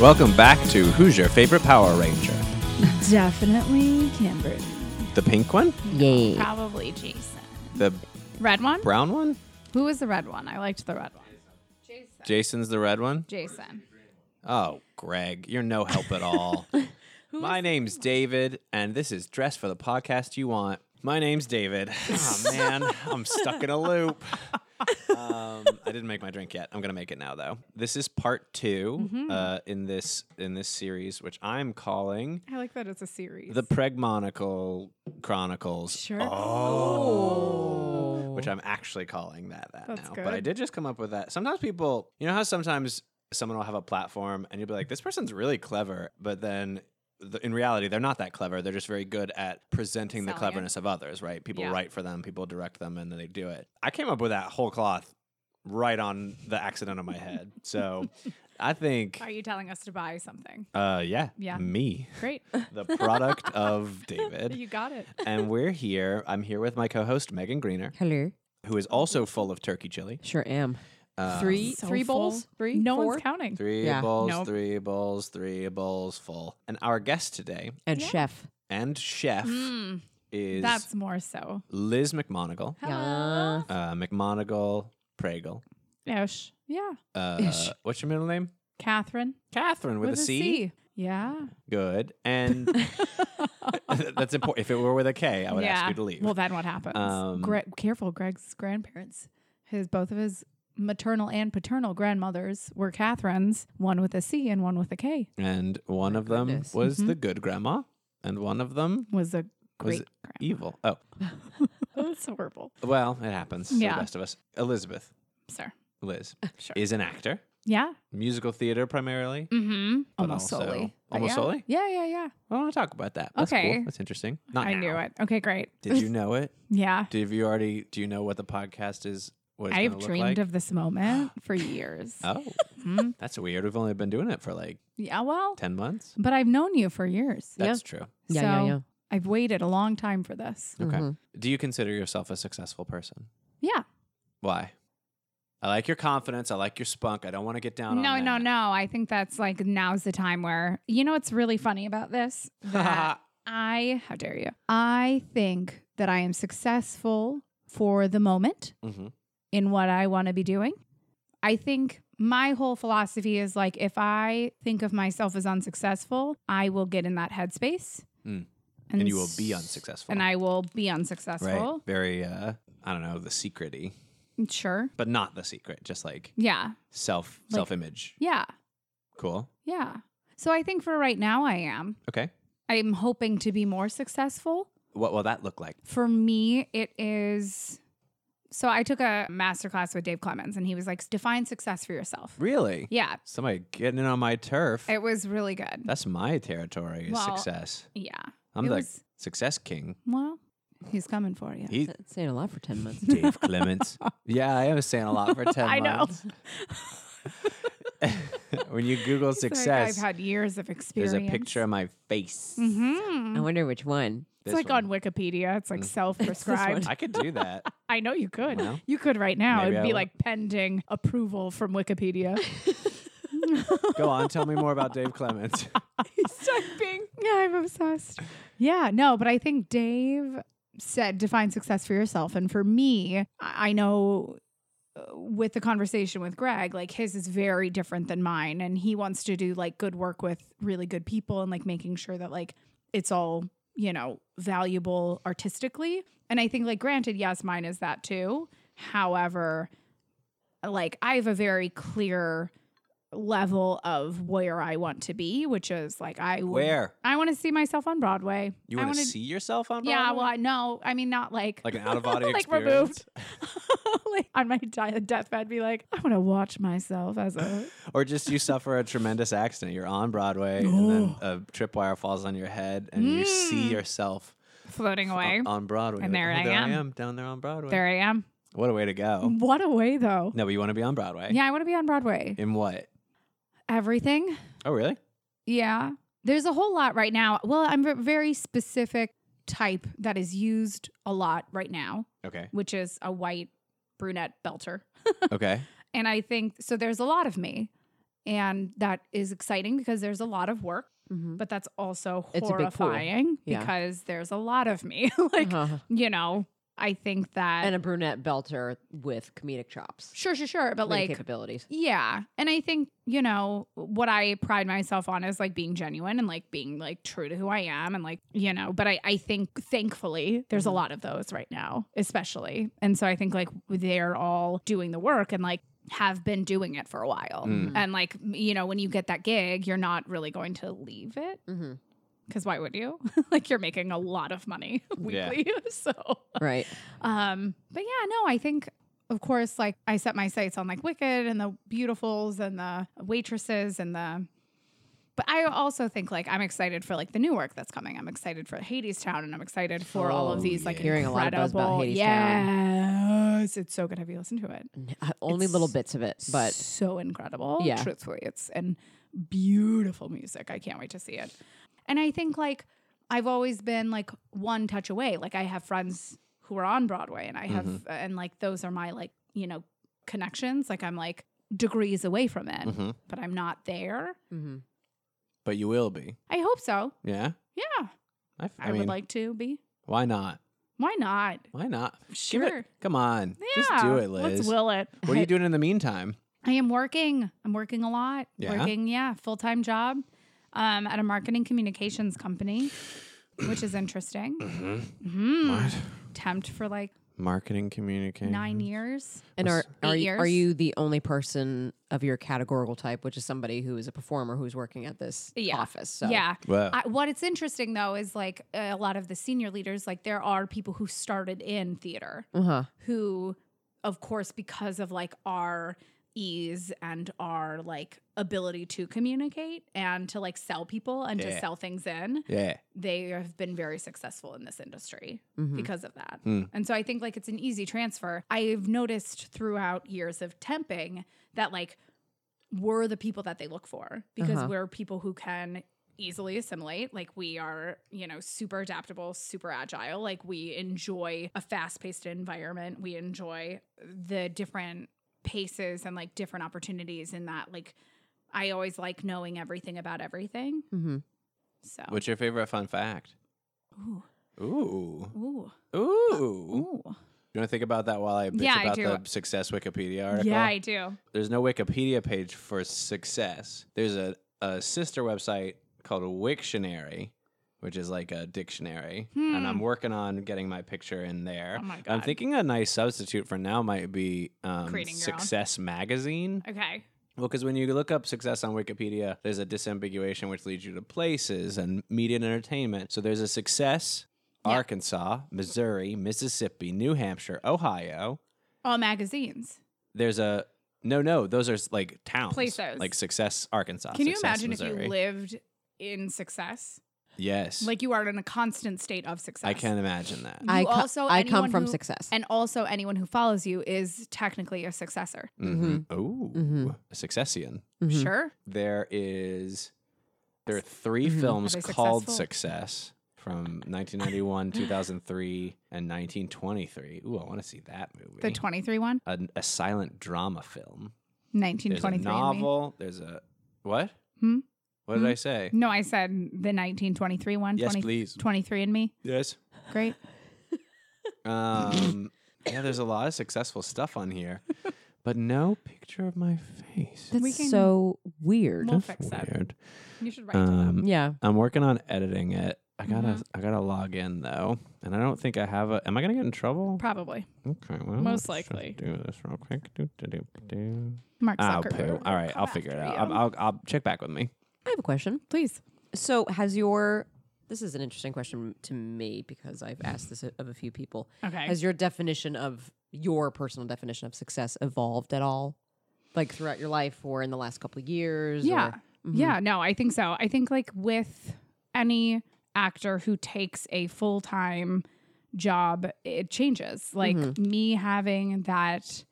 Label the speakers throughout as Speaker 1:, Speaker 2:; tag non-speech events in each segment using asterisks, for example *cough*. Speaker 1: Welcome back to Who's Your Favorite Power Ranger?
Speaker 2: Definitely Cambrian.
Speaker 1: The pink one?
Speaker 3: Yay.
Speaker 4: Probably Jason.
Speaker 1: The
Speaker 4: Red one?
Speaker 1: brown one?
Speaker 4: Who was the red one? I liked the red one. Jason.
Speaker 1: Jason's the red one?
Speaker 4: Jason.
Speaker 1: Oh, Greg, you're no help at all. My name's David, and this is Dress for the Podcast You Want. My name's David. Oh, man, I'm stuck in a loop. Um, I didn't make my drink yet. I'm gonna make it now, though. This is part 2 uh, in this in this series, which I'm calling
Speaker 4: I like that it's a series.
Speaker 1: the Pregmonical Chronicles. Oh.
Speaker 4: Sure.
Speaker 1: which I'm actually calling that that
Speaker 4: That's
Speaker 1: now. But I
Speaker 4: good.
Speaker 1: did just come up with that. Sometimes people, you know how sometimes someone will have a platform and you'll be like, this person's really clever, but then the, in reality, they're not that clever. They're just very good at presenting the
Speaker 4: Selling it.
Speaker 1: cleverness of others, right? People
Speaker 4: Yeah.
Speaker 1: write for them, people direct them, and then they do it. I came up with that whole cloth right on the accident of my head.
Speaker 4: *laughs*
Speaker 1: So I think,
Speaker 4: Are you telling us to buy something?
Speaker 1: uh, yeah,
Speaker 4: Yeah. *laughs*
Speaker 1: me, *laughs*
Speaker 4: Great.
Speaker 1: the product of David.
Speaker 4: you got it.
Speaker 1: and we're here. I'm here with my co host, Megan Greener,
Speaker 3: Hello.
Speaker 1: who is also full of turkey chili.
Speaker 3: Sure am.
Speaker 1: Um,
Speaker 3: three
Speaker 4: So
Speaker 3: three bowls?
Speaker 4: full.
Speaker 3: Three?
Speaker 4: No
Speaker 3: four?
Speaker 4: one's counting.
Speaker 1: Three
Speaker 3: Yeah.
Speaker 1: bowls,
Speaker 4: Nope.
Speaker 1: three bowls, three bowls full. And our guest today
Speaker 3: And
Speaker 4: Yeah.
Speaker 3: chef.
Speaker 1: and chef
Speaker 4: Mm,
Speaker 1: is
Speaker 4: that's more so.
Speaker 1: Liz McMonigal,
Speaker 4: Hello.
Speaker 1: uh, McMonigal Pragle.
Speaker 4: Ish. Yeah.
Speaker 1: Uh,
Speaker 3: Ish.
Speaker 1: what's your middle name?
Speaker 4: Catherine.
Speaker 1: Catherine with, a C.
Speaker 4: Yeah.
Speaker 1: Good. And *laughs* that's important. If it were with a K, I would
Speaker 4: yeah.
Speaker 1: ask you to leave.
Speaker 4: Well, then what happens?
Speaker 1: Um,
Speaker 4: Gre- careful, Greg's grandparents, his both of his maternal and paternal grandmothers were Catherine's, one with a C and one with a K.
Speaker 1: and one of them
Speaker 3: goodness.
Speaker 1: was the good grandma, and one of them
Speaker 4: Was a
Speaker 1: Was
Speaker 4: great
Speaker 1: it evil. Oh,
Speaker 4: grandma. *laughs* That's horrible.
Speaker 1: well, it happens to
Speaker 4: Yeah.
Speaker 1: the best of us. Elizabeth,
Speaker 4: Sir.
Speaker 1: Liz,
Speaker 4: Sure.
Speaker 1: is an actor,
Speaker 4: Yeah.
Speaker 1: musical theater primarily.
Speaker 4: Mm-hmm.
Speaker 1: But
Speaker 4: Almost
Speaker 1: also-
Speaker 4: solely. But
Speaker 1: Oh, almost
Speaker 4: yeah.
Speaker 1: solely?
Speaker 4: Yeah, yeah, yeah.
Speaker 1: I want to talk about that. That's okay,
Speaker 4: Okay.
Speaker 1: cool. that's interesting. Not
Speaker 4: I
Speaker 1: now.
Speaker 4: knew it. Okay, great.
Speaker 1: Did you know it?
Speaker 4: Yeah.
Speaker 1: Did you already? Do you know what the podcast is? What it's
Speaker 4: I've
Speaker 1: gonna look
Speaker 4: dreamed
Speaker 1: like?
Speaker 4: of this moment
Speaker 1: *gasps*
Speaker 4: for years.
Speaker 1: Oh,
Speaker 4: Mhm.
Speaker 1: that's weird. We've only been doing it for like
Speaker 4: Yeah, well,
Speaker 1: ten
Speaker 4: *laughs*
Speaker 1: months.
Speaker 4: but I've known you for years.
Speaker 3: Yeah.
Speaker 1: That's true.
Speaker 3: Yeah,
Speaker 4: so
Speaker 3: yeah, yeah.
Speaker 4: I've waited a long time for this.
Speaker 1: Okay.
Speaker 3: Mhm.
Speaker 1: Do you consider yourself a successful person?
Speaker 4: Yeah.
Speaker 1: Why? I like your confidence. I like your spunk. I don't want to get down.
Speaker 4: No,
Speaker 1: on *laughs*
Speaker 4: no,
Speaker 1: that.
Speaker 4: no. I think that's like now's the time where, you know, what's really funny
Speaker 1: *laughs*
Speaker 4: about this? That I, how dare you? I think that I am successful for the moment.
Speaker 1: hmm
Speaker 4: in what I want to be doing. I think my whole philosophy is like if I think of myself as unsuccessful, I will get in that headspace.
Speaker 1: Mm. And you will be
Speaker 4: s-
Speaker 1: unsuccessful.
Speaker 4: And I will be
Speaker 1: Right.
Speaker 4: unsuccessful.
Speaker 1: Very. uh I don't know the secrety,
Speaker 4: Sure.
Speaker 1: but not the secret. Just like
Speaker 4: Yeah.
Speaker 1: self
Speaker 4: Like-
Speaker 1: self image.
Speaker 4: Yeah.
Speaker 1: Cool.
Speaker 4: Yeah. So I think for right now I am.
Speaker 1: Okay.
Speaker 4: I'm hoping to be more successful.
Speaker 1: What will that look like?
Speaker 4: For me, it is so I took a master class with Dave Clemens and he was like, define success for yourself.
Speaker 1: Really?
Speaker 4: Yeah.
Speaker 1: Somebody getting in on my turf.
Speaker 4: It was really good.
Speaker 1: That's my territory is
Speaker 4: Well,
Speaker 1: success.
Speaker 4: yeah.
Speaker 1: I'm
Speaker 4: it
Speaker 1: the
Speaker 4: was-
Speaker 1: success
Speaker 4: *laughs*
Speaker 1: king.
Speaker 4: Well, he's coming for you.
Speaker 1: He,
Speaker 3: That's saying a lot for 10 *laughs* months.
Speaker 1: Dave Clements. yeah, I am saying a
Speaker 4: *laughs*
Speaker 1: lot for 10
Speaker 4: I know.
Speaker 1: months. *laughs* when you Google
Speaker 4: It's like
Speaker 1: success,
Speaker 4: I've had years of experience.
Speaker 1: there's a picture of my face.
Speaker 4: hmm
Speaker 3: I wonder which one.
Speaker 4: It's
Speaker 1: This
Speaker 4: like
Speaker 1: one.
Speaker 4: on Wikipedia.
Speaker 1: *laughs*
Speaker 4: It's like
Speaker 3: one.
Speaker 4: self-prescribed.
Speaker 1: I could do
Speaker 4: *laughs*
Speaker 1: that.
Speaker 4: I know you could.
Speaker 1: Well,
Speaker 4: you could right now.
Speaker 1: maybe
Speaker 4: It'd
Speaker 1: I
Speaker 4: be
Speaker 1: will.
Speaker 4: like pending approval from *laughs* Wikipedia.
Speaker 1: Go on, tell me more about Dave
Speaker 4: *laughs*
Speaker 1: Clements.
Speaker 4: typing. Yeah, I'm obsessed. Yeah, no, but I think Dave said define success for yourself. And for me, I I know uh, with the conversation with Greg, like his is very different than mine. And he wants to do like good work with really good people and like making sure that like it's all, you know, valuable artistically. And I think, like, granted, yes, mine is that too. However, like, I have a very clear level of where I want to be, which is like I would-
Speaker 1: Where?
Speaker 4: I want to see myself on Broadway.
Speaker 1: You
Speaker 4: I
Speaker 1: want to
Speaker 4: wanna-
Speaker 1: see yourself on Broadway?
Speaker 4: Yeah, well, I know. I mean, not like
Speaker 1: Like
Speaker 4: *laughs*
Speaker 1: an out of body
Speaker 4: Like
Speaker 1: experience?
Speaker 4: removed. *laughs* like on my di- deathbed, be like, I want to watch myself
Speaker 1: *laughs*
Speaker 4: as a
Speaker 1: Or just you suffer a tremendous accident. You're on Broadway and then a tripwire falls on your head and you see yourself
Speaker 4: floating Mm. away.
Speaker 1: on, on Broadway.
Speaker 4: And
Speaker 1: Like,
Speaker 4: there
Speaker 1: "Oh,
Speaker 4: I
Speaker 1: there
Speaker 4: am."
Speaker 1: I am down there on Broadway.
Speaker 4: there I am.
Speaker 1: What a way to go.
Speaker 4: What a way, though.
Speaker 1: No, but you want to be on Broadway.
Speaker 4: Yeah, I want to be on Broadway.
Speaker 1: In what?
Speaker 4: Everything.
Speaker 1: Oh, really?
Speaker 4: Yeah. There's a whole lot right now. Well, I'm a very specific type that is used a lot right now, *laughs*
Speaker 1: Okay.
Speaker 4: which is a white brunette belter.
Speaker 1: Okay.
Speaker 4: And I think so there's a lot of me. And that is exciting because there's a lot of work,
Speaker 3: Mm-hmm.
Speaker 4: but that's also
Speaker 3: It's a big pool.
Speaker 4: horrifying
Speaker 3: Yeah.
Speaker 4: because there's a lot of me. *laughs* like,
Speaker 3: Uh-huh.
Speaker 4: you know, I think that.
Speaker 3: and a brunette belter with comedic chops,
Speaker 4: sure, sure, sure. But
Speaker 3: comedic
Speaker 4: like,
Speaker 3: capabilities.
Speaker 4: yeah. And I think, you know, what I pride myself on is like being genuine and like being like true to who I am and like, you know, but I, I think thankfully there's a
Speaker 1: Mm-hmm.
Speaker 3: Mhm.
Speaker 4: lot of those right now, especially. And so I think like they're all doing the work and like have been doing it for a while.
Speaker 1: Mm.
Speaker 4: And like, m- you know, when you get that gig, you're not really going to leave it
Speaker 3: hmm
Speaker 4: because why would you? *laughs* like you're making a lot of money *laughs*
Speaker 1: Yeah.
Speaker 4: weekly. so
Speaker 3: Right.
Speaker 4: um, but yeah, no, I think of course, like I set my sights on like Wicked and the Beautifuls and the waitresses and the. But I also think like I'm excited for like the new work that's coming. I'm excited for Hadestown and I'm excited for all of
Speaker 1: Oh,
Speaker 4: these like
Speaker 1: yeah.
Speaker 3: Hearing a lot of buzz about
Speaker 4: incredible- Yes, it's so good. Have you listened to it?
Speaker 3: N- uh, Only little
Speaker 4: It's
Speaker 3: bits of it, but
Speaker 4: so incredible.
Speaker 3: Yeah.
Speaker 4: Truthfully, it's and beautiful music. I can't wait to see it. And I think like I've always been like one touch away. Like I have friends who are on Broadway and I have
Speaker 1: Mm-hmm.
Speaker 4: and like those are my like, you know, connections. Like I'm like degrees away from it,
Speaker 1: hmm
Speaker 4: but I'm not there.
Speaker 3: Mhm.
Speaker 1: But you will be.
Speaker 4: I hope so.
Speaker 1: Yeah.
Speaker 4: Yeah.
Speaker 1: I, f-
Speaker 4: I,
Speaker 1: I mean,
Speaker 4: would like to be.
Speaker 1: why not?
Speaker 4: Why not?
Speaker 1: Why not? Give it-
Speaker 4: Sure.
Speaker 1: come on.
Speaker 4: Yeah.
Speaker 1: Just do it, Liz.
Speaker 4: Let's will it.
Speaker 1: what are you doing in the meantime?
Speaker 4: I am working. I'm working a lot.
Speaker 1: Yeah?
Speaker 4: Working, yeah, full time job um, at a marketing communications company, which is interesting. Mhm. Temped for like
Speaker 1: Marketing communication.
Speaker 4: nine years.
Speaker 3: and are are
Speaker 4: Eight
Speaker 3: you, are
Speaker 4: years.
Speaker 3: you the only person of your categorical type, which is somebody who is a performer who's working at this
Speaker 4: Yeah.
Speaker 3: office? So
Speaker 4: Yeah.
Speaker 1: Wow.
Speaker 4: I, what it's interesting though is like uh, a lot of the senior leaders, like there are people who started in theater
Speaker 3: Uh huh.
Speaker 4: who, of course, because of like our ease and our like ability to communicate and to like sell people and
Speaker 1: Yeah.
Speaker 4: to sell things in,
Speaker 1: yeah.
Speaker 4: they have been very successful in this industry
Speaker 3: hmm
Speaker 4: because of that.
Speaker 1: Hmm.
Speaker 4: And so I think like it's an easy transfer. I've noticed throughout years of temping that like we're the people that they look for because
Speaker 3: Uh-huh.
Speaker 4: we're people who can easily assimilate. Like we are, you know, super adaptable, super agile. Like we enjoy a fast-paced environment. We enjoy the different paces and like different opportunities in that like I always like knowing everything about everything.
Speaker 3: hmm
Speaker 4: So
Speaker 1: What's your favorite fun fact?
Speaker 4: Ooh.
Speaker 1: Ooh.
Speaker 4: Ooh.
Speaker 1: Ooh.
Speaker 4: Ooh.
Speaker 1: You want to think about that while I bitch
Speaker 4: Yeah, I
Speaker 1: about
Speaker 4: do.
Speaker 1: the success Wikipedia article?
Speaker 4: Yeah, I do.
Speaker 1: There's no Wikipedia page for success. There's a, a sister website called Wiktionary, which is like a dictionary. And I'm working on getting my picture in there.
Speaker 4: Hmm. Oh my
Speaker 1: I'm
Speaker 4: God.
Speaker 1: thinking a nice substitute for now might be um,
Speaker 4: Creating your own.
Speaker 1: Success Magazine.
Speaker 4: Okay.
Speaker 1: Well, because when you look up success on Wikipedia, there's a disambiguation which leads you to places and media and entertainment. So there's a success
Speaker 4: Yeah.
Speaker 1: Arkansas, Missouri, Mississippi, New Hampshire, Ohio.
Speaker 4: All magazines.
Speaker 1: There's a no, no, those are like towns,
Speaker 4: Places.
Speaker 1: like Success, Arkansas.
Speaker 4: Can you
Speaker 1: Ah, Success,
Speaker 4: imagine if
Speaker 1: Missouri.
Speaker 4: you lived in success?
Speaker 1: Yes,
Speaker 4: Like you are in a constant state of success.
Speaker 1: I can imagine that.
Speaker 4: You
Speaker 3: I co-
Speaker 4: also
Speaker 3: I come
Speaker 4: anyone
Speaker 3: from
Speaker 4: who-
Speaker 3: success.
Speaker 4: And also, anyone who follows you is technically a successor.
Speaker 1: Mhm.
Speaker 4: Mm-hmm.
Speaker 1: Oh,
Speaker 3: Mhm.
Speaker 1: a Successian.
Speaker 3: Mhm.
Speaker 4: Sure.
Speaker 1: There is there are 3 films
Speaker 4: mm-hmm. Are they
Speaker 1: called
Speaker 4: successful?
Speaker 1: Success from
Speaker 4: *gasps*
Speaker 1: 1991, 2003, and 1923. Ooh, I want to see that movie.
Speaker 4: The 23 one,
Speaker 1: a, a silent drama film. There's a
Speaker 4: 1923.
Speaker 1: novel. There's a what?
Speaker 4: Hmm?
Speaker 1: What did
Speaker 4: Hmm?
Speaker 1: I say?
Speaker 4: No, I said the 1923 one.
Speaker 1: Yes, please.
Speaker 4: 23 and me.
Speaker 1: Yes.
Speaker 4: Great. *laughs*
Speaker 1: Um, yeah, there's a lot of successful stuff on here, but no picture of my face.
Speaker 3: That's
Speaker 4: We can-
Speaker 3: so weird.
Speaker 4: We'll
Speaker 1: That's
Speaker 4: fix that.
Speaker 1: weird.
Speaker 4: You should write to them.
Speaker 1: Um,
Speaker 3: yeah.
Speaker 1: I'm working on editing it. I gotta,
Speaker 4: Mhm.
Speaker 1: I gotta log in though, and I don't think I have a. Am I gonna get in trouble?
Speaker 4: Probably.
Speaker 1: Okay, well,
Speaker 4: most
Speaker 1: let's just
Speaker 4: likely.
Speaker 1: do this real quick. Do, do, do, do.
Speaker 4: Mark
Speaker 1: Oh,
Speaker 4: Zuckerberg.
Speaker 1: poo.
Speaker 4: will
Speaker 1: All right,
Speaker 4: come
Speaker 1: I'll figure it
Speaker 4: after
Speaker 1: out.
Speaker 4: you.
Speaker 1: I'll, I'll, I'll check back with me.
Speaker 3: I have a question.
Speaker 4: Please.
Speaker 3: So, has your this is an interesting question to me because I've asked this of a few people.
Speaker 4: Okay.
Speaker 3: Has your definition of your personal definition of success evolved at all, like throughout your life or in the last couple of years? or-
Speaker 4: Yeah. Yeah. No, I think so. I think, like, with any actor who takes a full time job, it changes. Like, me having that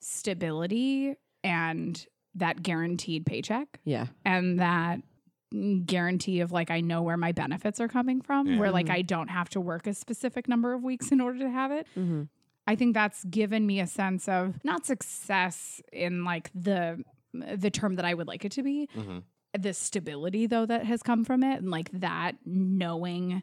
Speaker 4: stability and that guaranteed paycheck
Speaker 3: yeah.
Speaker 4: and that guarantee of like I know where my benefits are coming from
Speaker 1: Yeah.
Speaker 4: where like I don't have to work a specific number of weeks in order to have it
Speaker 3: Mhm.
Speaker 4: I think that's given me a sense of not success in like the the term that I would like it to be.
Speaker 1: Mhm.
Speaker 4: The stability though that has come from it and like that knowing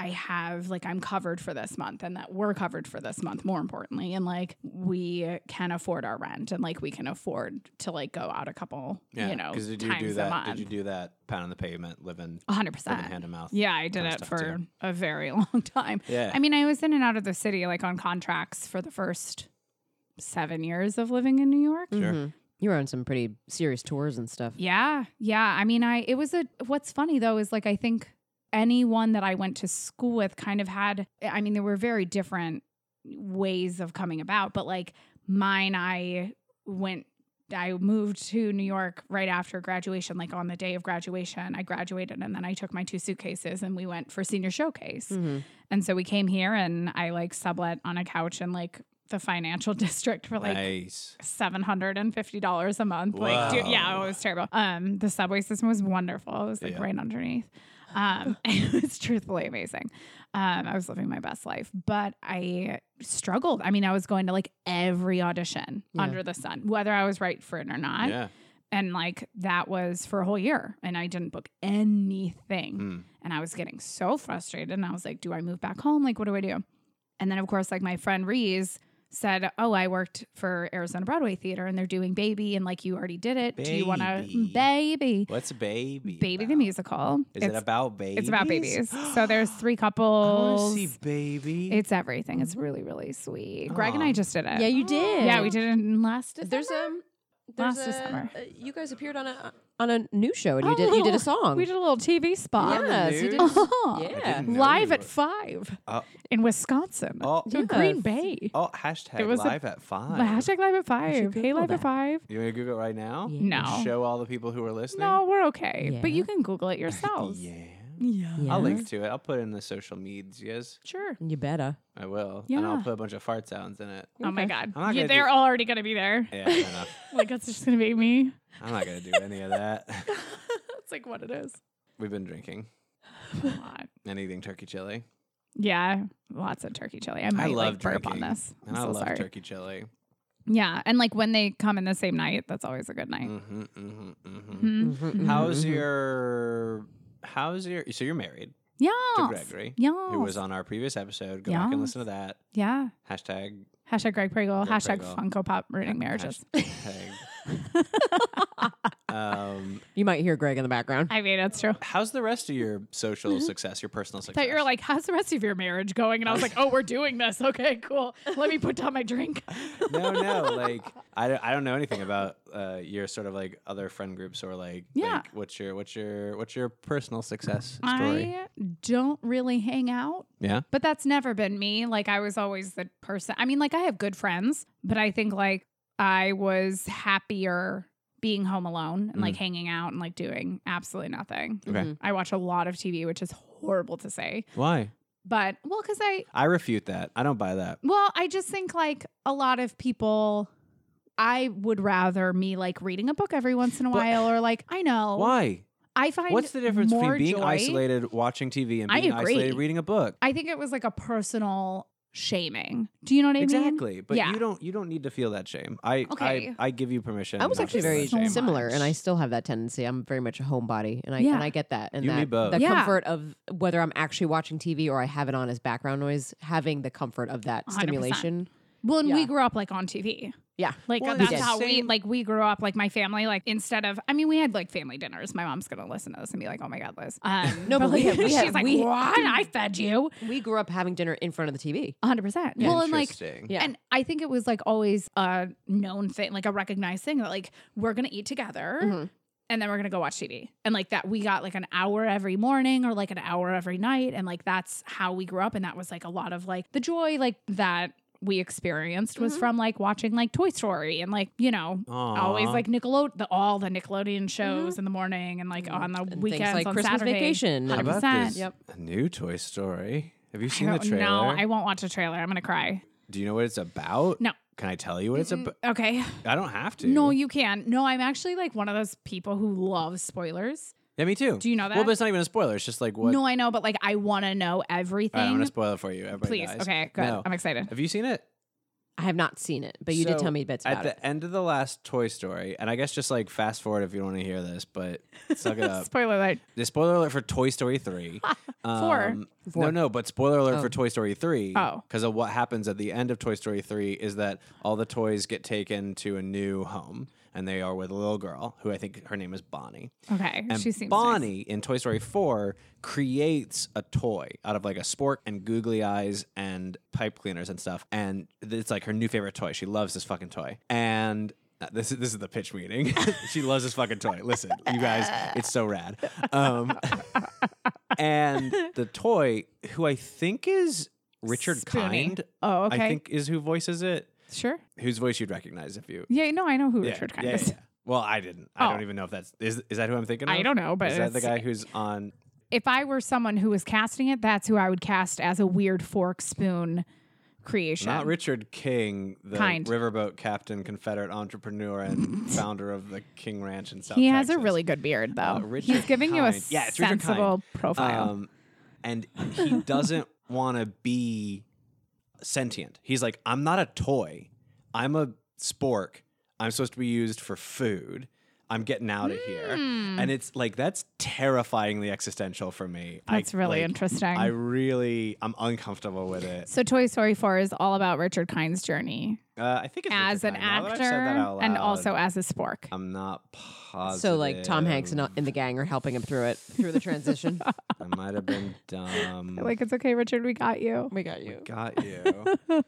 Speaker 4: I have like I'm covered for this month and that we're covered for this month more importantly and like we can afford our rent and like we can afford to like go out a couple
Speaker 1: Yeah,
Speaker 4: you know
Speaker 1: because did you
Speaker 4: times
Speaker 1: do
Speaker 4: a
Speaker 1: that?
Speaker 4: month.
Speaker 1: Did you do that? Pound on the pavement, living,
Speaker 4: 100%.
Speaker 1: living hand to mouth.
Speaker 4: Yeah, I did
Speaker 1: kinda
Speaker 4: it
Speaker 1: stuff,
Speaker 4: for
Speaker 1: too.
Speaker 4: a very *laughs* long time.
Speaker 1: Yeah.
Speaker 4: I mean, I was in and out of the city, like on contracts for the first seven years of living in New York.
Speaker 1: Sure.
Speaker 3: Mhm. You were on some pretty serious tours and stuff.
Speaker 4: Yeah. Yeah. I mean, I, it was a, what's funny though is like, I think anyone that I went to school with kind of had, I mean, there were very different ways of coming about, but like mine, I went, I moved to New York right after graduation, like on the day of graduation. I graduated and then I took my two suitcases and we went for senior showcase.
Speaker 3: Mhm.
Speaker 4: And so we came here and I like sublet on a couch in like the financial *laughs* district for like
Speaker 1: nice.
Speaker 4: seven hundred and fifty dollars a month. Like, dude, yeah,
Speaker 1: Wow.
Speaker 4: it was terrible. Um, the subway system was wonderful. It was like
Speaker 1: Yeah.
Speaker 4: right underneath. Um, *laughs* it was truthfully amazing. Um, I was living my best life, but I struggled. I mean, I was going to like every audition
Speaker 3: Yeah.
Speaker 4: under the sun, whether I was right for it or not.
Speaker 1: yeah.
Speaker 4: And like that was for a whole year, and I didn't book anything.
Speaker 1: Mm.
Speaker 4: And I was getting so frustrated. And I was like, do I move back home? Like, what do I do? And then, of course, like my friend Reese said, Oh, I worked for Arizona Broadway Theater and they're doing Baby. And like, you already did it. Do you want to,
Speaker 1: Baby.
Speaker 4: Baby,
Speaker 1: What's baby?
Speaker 4: Baby the
Speaker 1: about?
Speaker 4: musical?
Speaker 1: Is it about babies?
Speaker 4: It's about babies.
Speaker 1: *gasps*
Speaker 4: so there's three
Speaker 1: I wanna
Speaker 4: couples.
Speaker 1: see baby.
Speaker 4: It's everything. It's really, really sweet. Greg and
Speaker 1: Mm. Aw.
Speaker 4: I just did it.
Speaker 3: Yeah, you did.
Speaker 4: Yeah, we did it in last December.
Speaker 3: There's um, there's
Speaker 4: Last
Speaker 3: a,
Speaker 4: December. Oh,
Speaker 3: uh, you guys appeared on a on a new show and you did you did a song.
Speaker 4: We did a little TV spot.
Speaker 3: yes, you did.
Speaker 4: Uh-huh.
Speaker 1: I
Speaker 3: Yeah.
Speaker 1: didn't know
Speaker 4: Live
Speaker 1: you
Speaker 4: at
Speaker 1: were-
Speaker 4: five
Speaker 1: Oh.
Speaker 4: in Wisconsin.
Speaker 1: Oh.
Speaker 4: So
Speaker 3: Yes.
Speaker 4: Green Bay.
Speaker 1: Oh, hashtag
Speaker 4: It was a-
Speaker 1: live at five.
Speaker 4: The hashtag live at
Speaker 3: should
Speaker 4: five. Hey,
Speaker 3: Google
Speaker 4: live
Speaker 3: that.
Speaker 4: at five.
Speaker 1: you want to Google it right now?
Speaker 3: Yeah.
Speaker 4: No.
Speaker 1: Show all the people who are listening.
Speaker 4: No, we're okay. But
Speaker 3: Yeah.
Speaker 4: you can Google it yourselves.
Speaker 1: *laughs* Yeah.
Speaker 4: yeah.
Speaker 3: Yeah.
Speaker 1: I'll link to it. I'll put it in the social medias.
Speaker 4: Sure.
Speaker 3: You better.
Speaker 1: I will. And I'll
Speaker 4: Yeah.
Speaker 1: put a bunch of fart sounds in it.
Speaker 4: Oh my God.
Speaker 1: I'm not
Speaker 4: Yeah,
Speaker 1: gonna
Speaker 4: they're
Speaker 1: do-
Speaker 4: already going to be there.
Speaker 1: Yeah, I know.
Speaker 4: *laughs* Like, that's just going to be
Speaker 1: *laughs*
Speaker 4: me.
Speaker 1: I'm not going to do any of that. *laughs*
Speaker 4: That's like what it is.
Speaker 1: We've been drinking
Speaker 4: A lot.
Speaker 1: and eating turkey chili.
Speaker 4: Yeah. Lots of turkey chili. I might
Speaker 1: love
Speaker 4: like, burp on
Speaker 1: drinking,
Speaker 4: this. I'm
Speaker 1: And I
Speaker 4: so
Speaker 1: love
Speaker 4: sorry.
Speaker 1: turkey chili.
Speaker 4: Yeah. And like when they come in the same night, that's always a good night.
Speaker 1: hmm hmm hmm
Speaker 4: Mhm.
Speaker 3: Mm-hmm.
Speaker 1: How's your. How's your. So you're married
Speaker 4: Yeah.
Speaker 1: to Gregory,
Speaker 4: Yeah.
Speaker 1: who was on our previous episode. Go back and listen to that.
Speaker 4: Yeah.
Speaker 1: Hashtag.
Speaker 4: Hashtag Greg Pringle.
Speaker 1: Greg
Speaker 4: hashtag
Speaker 1: Pringle.
Speaker 4: Funko Pop ruining marriages. *laughs*
Speaker 1: Hashtag. *laughs* um,
Speaker 3: You might hear Greg in the background.
Speaker 4: I mean, that's true.
Speaker 1: how's the rest of your social success, your personal success?
Speaker 4: Mm-hmm. That you're like, how's the rest of your marriage going? And I was like, oh, we're doing this. Okay, cool. Let me put down my drink.
Speaker 1: no, no.
Speaker 4: *laughs*
Speaker 1: Like I don't, I don't know anything about uh, your sort of like other friend groups or like
Speaker 4: Yeah.
Speaker 1: like, what's your what's your what's your personal success story?
Speaker 4: I don't really hang out,
Speaker 1: yeah.
Speaker 4: but that's never been me. Like, I was always the person. I mean, like, I have good friends, but I think like I was happier being home alone and like hanging out and like doing absolutely nothing.
Speaker 1: Okay.
Speaker 3: Mhm.
Speaker 4: I watch a lot of TV, which is horrible to say,
Speaker 1: Why?
Speaker 4: but well, because I,
Speaker 1: I refute that. I don't buy that.
Speaker 4: Well, I just think like a lot of people I would rather me like reading a book every once in a
Speaker 1: But-
Speaker 4: while or like I know
Speaker 1: Why?
Speaker 4: I find
Speaker 1: What's the difference between
Speaker 4: more
Speaker 1: being
Speaker 4: joy-
Speaker 1: isolated, watching TV, and
Speaker 4: I
Speaker 1: being
Speaker 4: agree.
Speaker 1: isolated, reading a book?
Speaker 4: I think it was like a personal shaming. Do you know what I mean?
Speaker 1: Exactly. But
Speaker 4: Yeah.
Speaker 1: you don't you don't need to feel that shame. I
Speaker 4: Okay.
Speaker 1: I, I give you permission.
Speaker 3: I was
Speaker 1: not
Speaker 3: actually
Speaker 1: to feel
Speaker 3: very
Speaker 1: that shame.
Speaker 4: So
Speaker 3: similar, and I
Speaker 4: much.
Speaker 3: still have that tendency. I'm very much a homebody, and I
Speaker 4: Yeah.
Speaker 3: and I get that. And
Speaker 1: You and
Speaker 3: that
Speaker 1: me both.
Speaker 3: the
Speaker 4: Yeah.
Speaker 3: comfort of whether I'm actually watching TV or I have it on as background noise, having the comfort of that
Speaker 4: 100%.
Speaker 3: stimulation.
Speaker 4: Well, and
Speaker 3: Yeah.
Speaker 4: we grew up like on TV.
Speaker 3: Yeah,
Speaker 4: Like
Speaker 1: Well,
Speaker 4: that's
Speaker 3: it's the
Speaker 4: how we
Speaker 1: same-
Speaker 4: like we grew up. Like my family, like instead of I mean, we had like family dinners. My mom's gonna listen to this and be like, "Oh my god, Liz." Um,
Speaker 3: No, but we had- we
Speaker 4: *laughs* she's
Speaker 3: had-
Speaker 4: like,
Speaker 3: we-
Speaker 4: "What? I fed you."
Speaker 3: we grew up having dinner in front of the TV.
Speaker 4: 100. percent Well, and like
Speaker 1: Interesting.
Speaker 3: Yeah.
Speaker 4: And I think it was like always a known thing, like a recognized thing that like we're gonna eat together
Speaker 3: Mhm.
Speaker 4: and then we're gonna go watch TV. And like that we got like an hour every morning or like an hour every night. And like that's how we grew up. And that was like a lot of like the joy like that we experienced
Speaker 3: Mm-hmm.
Speaker 4: was from like watching like Toy Story and like, you know, always
Speaker 1: Aw.
Speaker 4: like Nickelode the all the Nickelodeon shows in the morning and like on the
Speaker 3: Mm-hmm. And
Speaker 4: weekends
Speaker 3: things like
Speaker 4: on
Speaker 3: Christmas
Speaker 4: Saturday.
Speaker 3: vacation.
Speaker 1: How
Speaker 3: and-
Speaker 1: about
Speaker 4: 100%.
Speaker 1: this?
Speaker 3: Yep.
Speaker 1: A new Toy Story. Have you
Speaker 4: I
Speaker 1: seen the
Speaker 4: don't-
Speaker 1: trailer?
Speaker 4: No, I won't watch a trailer. I'm gonna cry.
Speaker 1: Do you know what it's about?
Speaker 4: No.
Speaker 1: Can I tell you what
Speaker 3: Mm-hmm.
Speaker 1: it's about?
Speaker 4: Okay.
Speaker 1: I don't have to.
Speaker 4: No, you can. No, I'm actually like one of those people who loves spoilers.
Speaker 1: Yeah, me too.
Speaker 4: Do you know
Speaker 1: Well,
Speaker 4: that?
Speaker 1: but it's not even a spoiler. It's just like what.
Speaker 4: No, I know, but like I want to know
Speaker 1: All right, I'm
Speaker 4: everything.
Speaker 1: gonna spoil it for you. Everybody
Speaker 4: Please.
Speaker 1: dies.
Speaker 4: Okay, good.
Speaker 1: No.
Speaker 4: I'm excited.
Speaker 1: Have you seen it?
Speaker 3: I have not seen it, but you did
Speaker 1: So,
Speaker 3: tell me bits
Speaker 1: At
Speaker 3: about
Speaker 1: the
Speaker 3: it.
Speaker 1: end of the last Toy Story, and I guess just like fast forward if you don't want to hear this, but
Speaker 4: *laughs*
Speaker 1: suck it up.
Speaker 4: Spoiler alert.
Speaker 1: The spoiler alert for Toy Story 3.
Speaker 4: *laughs* Four.
Speaker 1: No, no, but spoiler alert for
Speaker 3: Oh.
Speaker 1: Toy Story 3.
Speaker 4: Oh.
Speaker 1: Because of what happens at the end of Toy Story 3 is that all the toys get taken to a new home, and they are with a little girl who I think her name is Bonnie.
Speaker 4: Okay.
Speaker 1: And
Speaker 4: she seems nice.
Speaker 1: Bonnie in Toy Story 4 creates a toy out of like a spork and googly eyes and pipe cleaners and stuff. And th- it's like her new favorite toy. She loves this fucking toy. And uh, this is this is the pitch meeting. *laughs* she loves this fucking toy. Listen, you guys, it's so rad. Um, *laughs* and the toy, who I think is Richard
Speaker 4: Spoonie.
Speaker 1: Kind,
Speaker 4: Oh, okay.
Speaker 1: I think is who voices it.
Speaker 4: sure.
Speaker 1: Whose voice you'd recognize if you
Speaker 4: Yeah, no, I know who
Speaker 1: yeah,
Speaker 4: Richard Kind
Speaker 1: yeah,
Speaker 4: is.
Speaker 1: yeah. Well, I didn't. I
Speaker 4: Oh.
Speaker 1: don't even know if that's is is that who I'm thinking of?
Speaker 4: I don't know, but
Speaker 1: is that the
Speaker 4: it's-
Speaker 1: guy who's on?
Speaker 4: If I were someone who was casting it, that's who I would cast as a weird fork spoon creation.
Speaker 1: Not Richard King, the
Speaker 4: Kind.
Speaker 1: riverboat captain, Confederate entrepreneur,
Speaker 4: *laughs*
Speaker 1: and founder of the King Ranch in South.
Speaker 4: he has a
Speaker 1: Texas.
Speaker 4: really good beard, though.
Speaker 1: Uh, Richard
Speaker 4: Oh, He's giving you a
Speaker 1: Kind. Yeah, it's Richard Kind.
Speaker 4: sensible profile.
Speaker 1: Um, and
Speaker 4: *laughs*
Speaker 1: he doesn't want to be sentient. He's like, I'm not a toy. I'm a spork. I'm supposed to be used for food. I'm getting out of here.
Speaker 4: Hmm.
Speaker 1: And it's like, that's terrifyingly existential for me. I,
Speaker 4: That's really
Speaker 1: like,
Speaker 4: interesting.
Speaker 1: I really, I'm uncomfortable with it.
Speaker 4: so, Toy Story 4 is all about Richard Kind's journey
Speaker 1: Uh, I think it's
Speaker 4: as an
Speaker 1: Richard Kind. Now that I've said that
Speaker 4: actor
Speaker 1: out
Speaker 4: and
Speaker 1: loud,
Speaker 4: also as a spork.
Speaker 1: I'm not positive.
Speaker 3: So like Tom Hanks and, and the gang are helping him through it through the transition.
Speaker 1: I might have
Speaker 3: *laughs*
Speaker 1: been dumb.
Speaker 4: like, it's okay, Richard, we got you.
Speaker 3: we got you.
Speaker 1: Got
Speaker 4: *laughs*
Speaker 1: you. uh,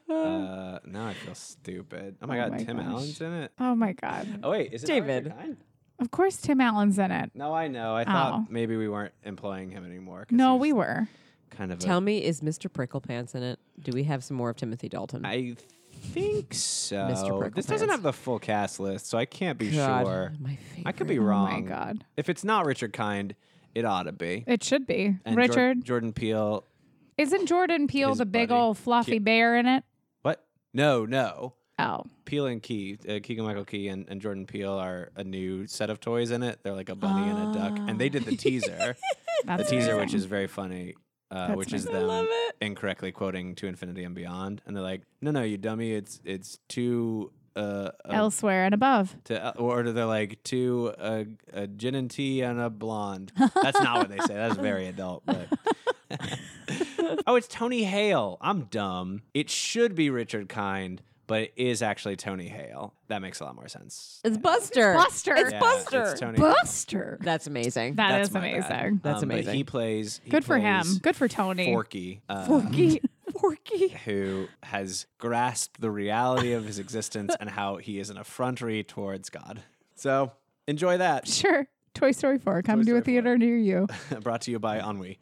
Speaker 1: now I feel stupid. Oh my
Speaker 4: Oh
Speaker 1: god,
Speaker 4: my
Speaker 1: Tim
Speaker 4: gosh.
Speaker 1: Allen's in it.
Speaker 4: Oh my God.
Speaker 1: Oh wait, is it not
Speaker 3: David.
Speaker 1: Richard Kind?
Speaker 4: Of course, Tim Allen's in it.
Speaker 1: No, I know. I
Speaker 4: Oh.
Speaker 1: thought maybe we weren't employing him anymore. 'cause
Speaker 4: No,
Speaker 1: he's
Speaker 4: we were.
Speaker 1: kind of.
Speaker 3: Tell
Speaker 1: a,
Speaker 3: me, is Mr. Pricklepants in it? Do we have some more of Timothy Dalton?
Speaker 1: I think so.
Speaker 3: Prickle
Speaker 1: This doesn't
Speaker 3: Pants.
Speaker 1: have the full cast list, so I can't be
Speaker 3: God,
Speaker 1: sure.
Speaker 3: my favorite.
Speaker 1: I could be
Speaker 4: Oh
Speaker 1: wrong.
Speaker 4: my God.
Speaker 1: If it's not Richard Kind, it ought to be.
Speaker 4: It should be.
Speaker 1: And Jor-
Speaker 4: Richard.
Speaker 1: Jordan Peele.
Speaker 4: Isn't Jordan Peele
Speaker 1: His
Speaker 4: the big
Speaker 1: buddy.
Speaker 4: old fluffy
Speaker 1: Ki-
Speaker 4: bear in it?
Speaker 1: What? No, no.
Speaker 4: Oh.
Speaker 1: Peele and Key, uh, Keegan Michael Key and, and Jordan Peele are a new set of toys in it. They're like a bunny and a duck, and they did the teaser, the
Speaker 4: Oh. *laughs* That's
Speaker 1: teaser, which
Speaker 4: amazing.
Speaker 1: is very funny, uh,
Speaker 4: That's
Speaker 1: which is
Speaker 4: amazing.
Speaker 1: them incorrectly quoting "To Infinity and Beyond," and they're like, "No, no, you dummy! It's it's two uh, uh
Speaker 4: elsewhere and above.
Speaker 1: to uh, or they're like two uh, a gin and tea and a blonde." That's not what they say. That's
Speaker 4: *laughs*
Speaker 1: very adult, but. *laughs* oh, it's Tony Hale. I'm dumb. It should be Richard Kind, but it is actually Tony Hale. That makes a lot more sense.
Speaker 3: It's Buster.
Speaker 4: Buster.
Speaker 3: It's
Speaker 1: Yeah,
Speaker 3: Buster.
Speaker 1: It's Tony.
Speaker 4: Buster.
Speaker 3: That's amazing.
Speaker 1: That's
Speaker 4: That's
Speaker 1: my bad. Um,
Speaker 4: amazing.
Speaker 3: That's
Speaker 1: but
Speaker 3: amazing.
Speaker 1: He plays. he
Speaker 4: Good for him.
Speaker 1: plays
Speaker 4: Good for Tony. *laughs*
Speaker 1: Forky. uh, *laughs*
Speaker 3: Forky. Forky.
Speaker 1: Who has grasped the reality of his existence and how he is an effrontery towards God. So enjoy that.
Speaker 4: Sure. Toy Story 4 come
Speaker 1: Toy
Speaker 4: to a
Speaker 1: Story 4.
Speaker 4: theater
Speaker 1: *laughs*
Speaker 4: near you.
Speaker 1: Brought to you by
Speaker 4: *laughs*
Speaker 1: Ennui.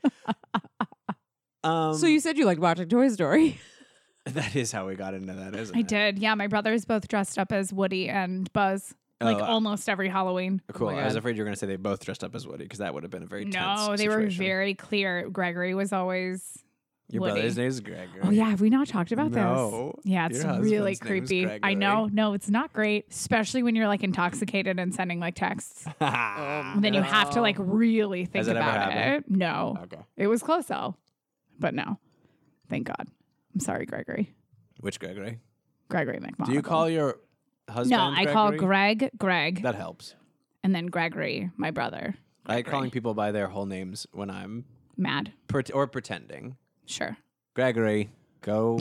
Speaker 1: Um,
Speaker 3: so you said you liked watching Toy Story.
Speaker 1: *laughs*
Speaker 3: *laughs*
Speaker 1: that is how we got into that, isn't
Speaker 4: I
Speaker 1: it?
Speaker 4: did. Yeah, my brothers both dressed up as Woody and Buzz like
Speaker 1: Oh, I-
Speaker 4: almost every Halloween.
Speaker 1: Cool.
Speaker 3: my
Speaker 1: I was
Speaker 3: God.
Speaker 1: afraid you were going to say they both dressed up as Woody because that would have been a very tense
Speaker 4: No, they were
Speaker 1: situation.
Speaker 4: very clear. Gregory was always
Speaker 1: Your
Speaker 4: Woody.
Speaker 1: brother's name is Greg.
Speaker 4: Oh
Speaker 1: right?
Speaker 4: yeah, have we not talked about
Speaker 1: No.
Speaker 4: this? Yeah, it's
Speaker 1: Your
Speaker 4: really
Speaker 1: husband's name's
Speaker 4: creepy. I
Speaker 1: Gregory.
Speaker 4: know. No, it's not great, especially when you're like intoxicated and sending like texts.
Speaker 1: *laughs*
Speaker 4: And Um, then you have to like really think
Speaker 1: Has it ever
Speaker 4: about
Speaker 1: happened?
Speaker 4: it. No.
Speaker 1: okay.
Speaker 4: It was close though. But no. Thank God. I'm sorry, Gregory.
Speaker 1: Which Gregory?
Speaker 4: Gregory McMahon.
Speaker 1: Do you call your husband?
Speaker 4: No, I call
Speaker 1: Gregory?
Speaker 4: Greg Greg
Speaker 1: That helps.
Speaker 4: and then Gregory, my brother.
Speaker 1: I like calling people by their whole names when I'm
Speaker 4: Mad.
Speaker 1: pret or pretending.
Speaker 4: Sure.
Speaker 1: Gregory,
Speaker 4: *laughs*
Speaker 1: go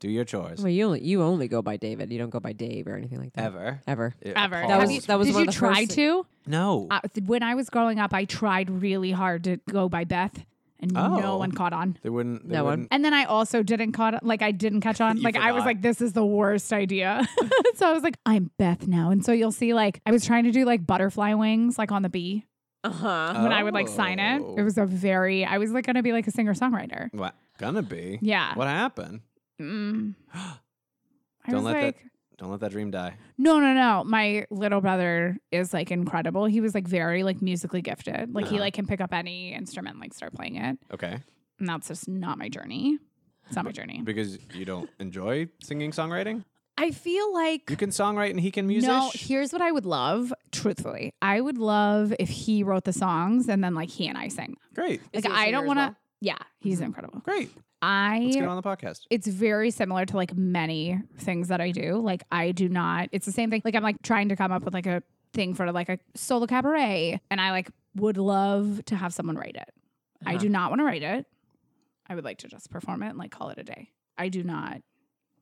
Speaker 1: do your chores.
Speaker 3: Well, you only you only go by David. You don't go by Dave or anything like that.
Speaker 1: Ever.
Speaker 3: Ever.
Speaker 1: It
Speaker 4: Ever.
Speaker 3: That was-
Speaker 1: appalls
Speaker 3: that was
Speaker 1: me.
Speaker 4: Did
Speaker 3: one
Speaker 4: you
Speaker 3: of the
Speaker 4: try
Speaker 3: first-
Speaker 4: to?
Speaker 1: no.
Speaker 4: Uh, th- when I was growing up, I tried really hard to go by Beth and no
Speaker 1: Oh.
Speaker 4: one caught on.
Speaker 1: they wouldn't. They
Speaker 3: No one.
Speaker 1: wouldn't.
Speaker 4: And then I also didn't caught like I didn't catch
Speaker 1: *laughs*
Speaker 4: on.
Speaker 1: You
Speaker 4: like I was
Speaker 1: forgot.
Speaker 4: like, this is the worst idea. *laughs* so I was like, I'm Beth now. And so you'll see like I was trying to do like butterfly wings like on the bee
Speaker 3: Uh huh.
Speaker 4: when I would like sign it.
Speaker 1: Oh.
Speaker 4: It was a very I was like gonna be like a singer songwriter.
Speaker 1: What? Gonna be.
Speaker 4: Yeah.
Speaker 1: What happened?
Speaker 4: Mm. *gasps* I
Speaker 1: Don't
Speaker 4: was
Speaker 1: let that-
Speaker 4: like,
Speaker 1: Don't let that dream die.
Speaker 4: no, no, no. My little brother is like incredible. He was like very like musically gifted. Like he
Speaker 1: Uh-huh.
Speaker 4: like can pick up any instrument, and, like start playing it.
Speaker 1: Okay.
Speaker 4: And that's just not my journey. It's not my journey.
Speaker 1: Because you don't enjoy singing, songwriting.
Speaker 4: I feel like
Speaker 1: You can songwrite and he can music.
Speaker 4: No, here's what I would love, truthfully. I would love if he wrote the songs and then like he and I sang them.
Speaker 1: Great.
Speaker 3: Is
Speaker 4: Like
Speaker 3: he a
Speaker 4: I
Speaker 3: singer
Speaker 4: don't
Speaker 3: as
Speaker 4: want to
Speaker 3: well? Mm-hmm.
Speaker 4: Yeah, he's incredible.
Speaker 1: Great. Let's get
Speaker 4: I
Speaker 1: on the podcast.
Speaker 4: it's very similar to like many things that I do. Like I do not it's the same thing. Like I'm like trying to come up with like a thing for like a solo cabaret and I like would love to have someone write it. I
Speaker 3: Uh-huh.
Speaker 4: do not want to write it. I would like to just perform it and like call it a day. I do not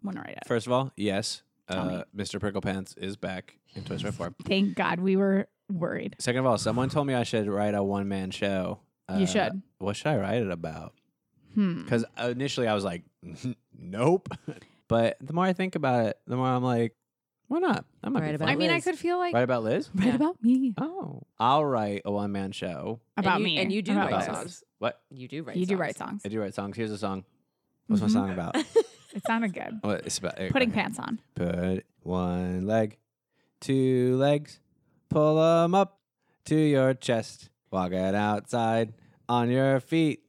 Speaker 4: want to write it.
Speaker 1: First of all, yes,
Speaker 4: Tell me.
Speaker 1: uh, Mr. Prickle Pants is back in Toy Story 4.
Speaker 4: Thank God we were worried.
Speaker 1: Second of all, someone told me I should write a one man show.
Speaker 4: you
Speaker 1: Uh,
Speaker 4: should.
Speaker 1: What should I write it about?
Speaker 4: Hmm.
Speaker 1: Because initially I was like, *laughs* nope. *laughs* But the more I think about it, the more I'm like, why not? That might
Speaker 3: Write
Speaker 1: be
Speaker 3: about
Speaker 1: fun.
Speaker 4: I mean, I
Speaker 3: Liz.
Speaker 4: could feel like
Speaker 1: Write about
Speaker 4: *laughs*
Speaker 1: Liz?
Speaker 4: write
Speaker 3: Yeah.
Speaker 4: about me.
Speaker 1: Oh, I'll write a one man show.
Speaker 4: About
Speaker 3: you-
Speaker 4: me.
Speaker 3: and you do
Speaker 4: About
Speaker 1: write
Speaker 4: Liz.
Speaker 3: songs.
Speaker 1: What?
Speaker 3: You do write.
Speaker 4: You do
Speaker 3: songs.
Speaker 4: write songs.
Speaker 1: I do write songs. Here's a song. What's
Speaker 4: Mhm.
Speaker 1: my song about?
Speaker 4: It sounded good.
Speaker 1: What it's about?
Speaker 4: Putting pants on.
Speaker 1: Put one leg, two legs, pull 'em up to your chest. Walk it outside on your feet.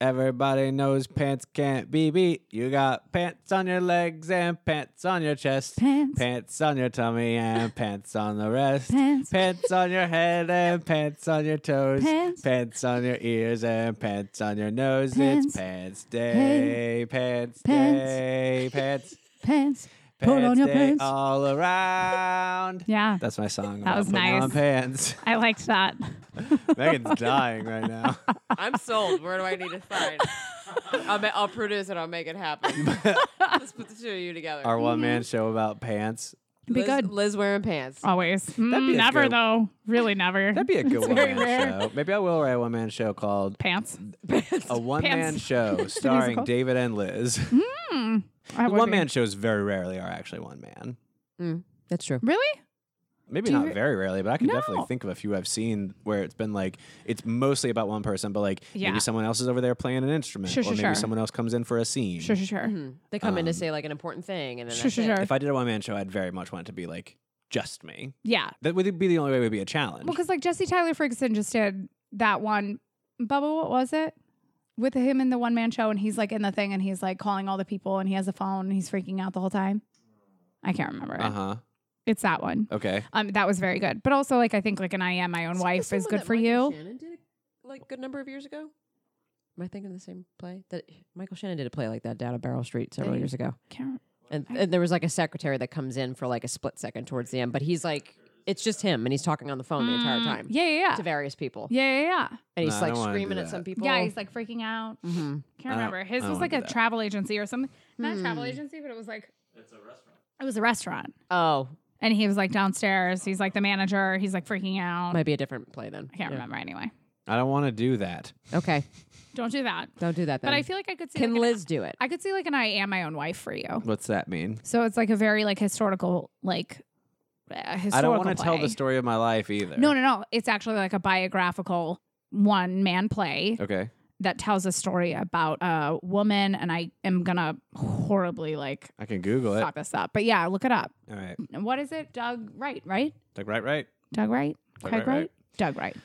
Speaker 1: Everybody knows pants can't be beat. You got pants on your legs and pants on your chest.
Speaker 4: Pants.
Speaker 1: Pants on your tummy and pants on the rest.
Speaker 4: Pants.
Speaker 1: Pants on your head and pants on your toes.
Speaker 4: Pants.
Speaker 1: Pants on your ears and pants on your nose.
Speaker 4: Pants.
Speaker 1: It's pants day. Pants,
Speaker 4: Pants.
Speaker 1: day.
Speaker 4: *laughs*
Speaker 1: Pants.
Speaker 4: Pants.
Speaker 1: Pants
Speaker 4: Put on your
Speaker 1: day
Speaker 4: pants.
Speaker 1: all around.
Speaker 4: Yeah.
Speaker 1: That's my song.
Speaker 4: That
Speaker 1: about
Speaker 4: was
Speaker 1: putting On
Speaker 4: nice. *laughs*
Speaker 1: pants.
Speaker 4: I liked that.
Speaker 1: Megan's dying right now.
Speaker 5: I'm sold. Where do I need
Speaker 3: *laughs*
Speaker 5: to sign? I'll, ma- I'll produce it. I'll make it
Speaker 4: *laughs*
Speaker 5: happen. Let's put the two of you together.
Speaker 1: Our one man show about pants.
Speaker 4: Be
Speaker 5: Liz,
Speaker 4: good.
Speaker 5: Liz wearing pants.
Speaker 4: Always.
Speaker 1: That'd be
Speaker 4: Mm,
Speaker 1: a
Speaker 4: never
Speaker 1: good-
Speaker 4: though.
Speaker 1: *laughs*
Speaker 4: Really never.
Speaker 1: That'd be a good
Speaker 4: It's
Speaker 1: one
Speaker 4: very
Speaker 1: man
Speaker 4: rare.
Speaker 1: show. Maybe I will write a one man show called
Speaker 4: Pants.
Speaker 3: Oh.
Speaker 1: A One Man
Speaker 4: Pants.
Speaker 1: Show starring
Speaker 4: musical?
Speaker 1: David and Liz.
Speaker 4: Hmm. I would
Speaker 1: One
Speaker 4: be.
Speaker 1: man shows very rarely are actually one man.
Speaker 3: Mm, That's true.
Speaker 4: Really?
Speaker 1: Maybe
Speaker 4: Do you
Speaker 1: not
Speaker 4: re-
Speaker 1: very rarely, but I can
Speaker 4: No.
Speaker 1: definitely think of a few I've seen where it's been like it's mostly about one person, but like
Speaker 4: Yeah.
Speaker 1: maybe someone else is over there playing an instrument,
Speaker 4: Sure,
Speaker 1: or
Speaker 4: sure,
Speaker 1: maybe
Speaker 4: sure.
Speaker 1: someone else comes in for a scene.
Speaker 4: Sure, sure, sure.
Speaker 3: Mhm. They come in to
Speaker 1: Um,
Speaker 3: say like an important thing, and then
Speaker 4: Sure,
Speaker 3: that's
Speaker 4: sure,
Speaker 3: it.
Speaker 4: sure.
Speaker 1: If I did a one man show, I'd very much want it to be like just me.
Speaker 4: Yeah.
Speaker 1: That would be the only way it would be a challenge.
Speaker 4: Well, because like Jesse Tyler Ferguson just did that one. Bubba, what was it? With him in the one man show, and he's like in the thing, and he's like calling all the people, and he has a phone, and he's freaking out the whole time. I can't remember it.
Speaker 1: uh huh.
Speaker 4: It's that one.
Speaker 1: Okay.
Speaker 4: Um, that was very good. But also, like I think like an I am my own
Speaker 5: Isn't there
Speaker 4: wife
Speaker 5: someone
Speaker 4: is good
Speaker 5: that
Speaker 4: for
Speaker 5: Michael
Speaker 4: you.
Speaker 5: Shannon did like a number of years ago. Am I thinking of the same play that
Speaker 3: Michael Shannon did a play like that down at Barrel Street several
Speaker 4: Dang.
Speaker 3: years ago,
Speaker 4: Can't-
Speaker 3: and, and there was like a secretary that comes in for like a split second towards the end, but he's like, it's just him, and he's talking on the phone the entire
Speaker 4: Mm,
Speaker 3: time
Speaker 4: Yeah, yeah,
Speaker 3: to
Speaker 4: yeah.
Speaker 3: various people,
Speaker 4: Yeah, yeah, yeah.
Speaker 3: and he's
Speaker 1: Nah, I
Speaker 3: like
Speaker 1: don't wanna do
Speaker 3: screaming at
Speaker 1: that.
Speaker 3: some people.
Speaker 4: Yeah, he's like freaking out. *laughs*
Speaker 3: hmm
Speaker 1: I
Speaker 4: Can't
Speaker 1: don't-
Speaker 4: remember. His
Speaker 1: I don't
Speaker 4: was
Speaker 1: wanna
Speaker 4: like
Speaker 1: do
Speaker 4: a
Speaker 1: that.
Speaker 4: travel agency or something. Not a travel
Speaker 3: Hmm.
Speaker 4: agency, but it was like it's a restaurant. It was a restaurant.
Speaker 3: Oh,
Speaker 4: And he was like downstairs. He's like the manager. He's like freaking out.
Speaker 3: might be a different play then.
Speaker 4: I can't
Speaker 3: Yeah.
Speaker 4: remember anyway.
Speaker 1: I don't want to do that.
Speaker 3: Okay,
Speaker 4: Don't do that.
Speaker 3: don't do that then.
Speaker 4: But I feel like I could see
Speaker 3: can
Speaker 4: like an-
Speaker 3: Liz do it?
Speaker 4: I could see like an I am my own wife for you.
Speaker 1: What's that mean?
Speaker 4: So it's like a very like historical like uh, historical.
Speaker 1: I don't want to tell
Speaker 4: play.
Speaker 1: the story of my life either.
Speaker 4: No, no, no. It's actually like a biographical one man play
Speaker 1: Okay.
Speaker 4: that tells a story about a woman and I am gonna horribly like
Speaker 1: I can Google it.
Speaker 4: fuck this up. But yeah, look it up.
Speaker 1: All right.
Speaker 4: And What is it? Doug Wright, right?
Speaker 1: Like right, right.
Speaker 4: Doug Wright? Craig
Speaker 1: Wright,
Speaker 4: Wright?
Speaker 1: right.
Speaker 4: Doug Wright.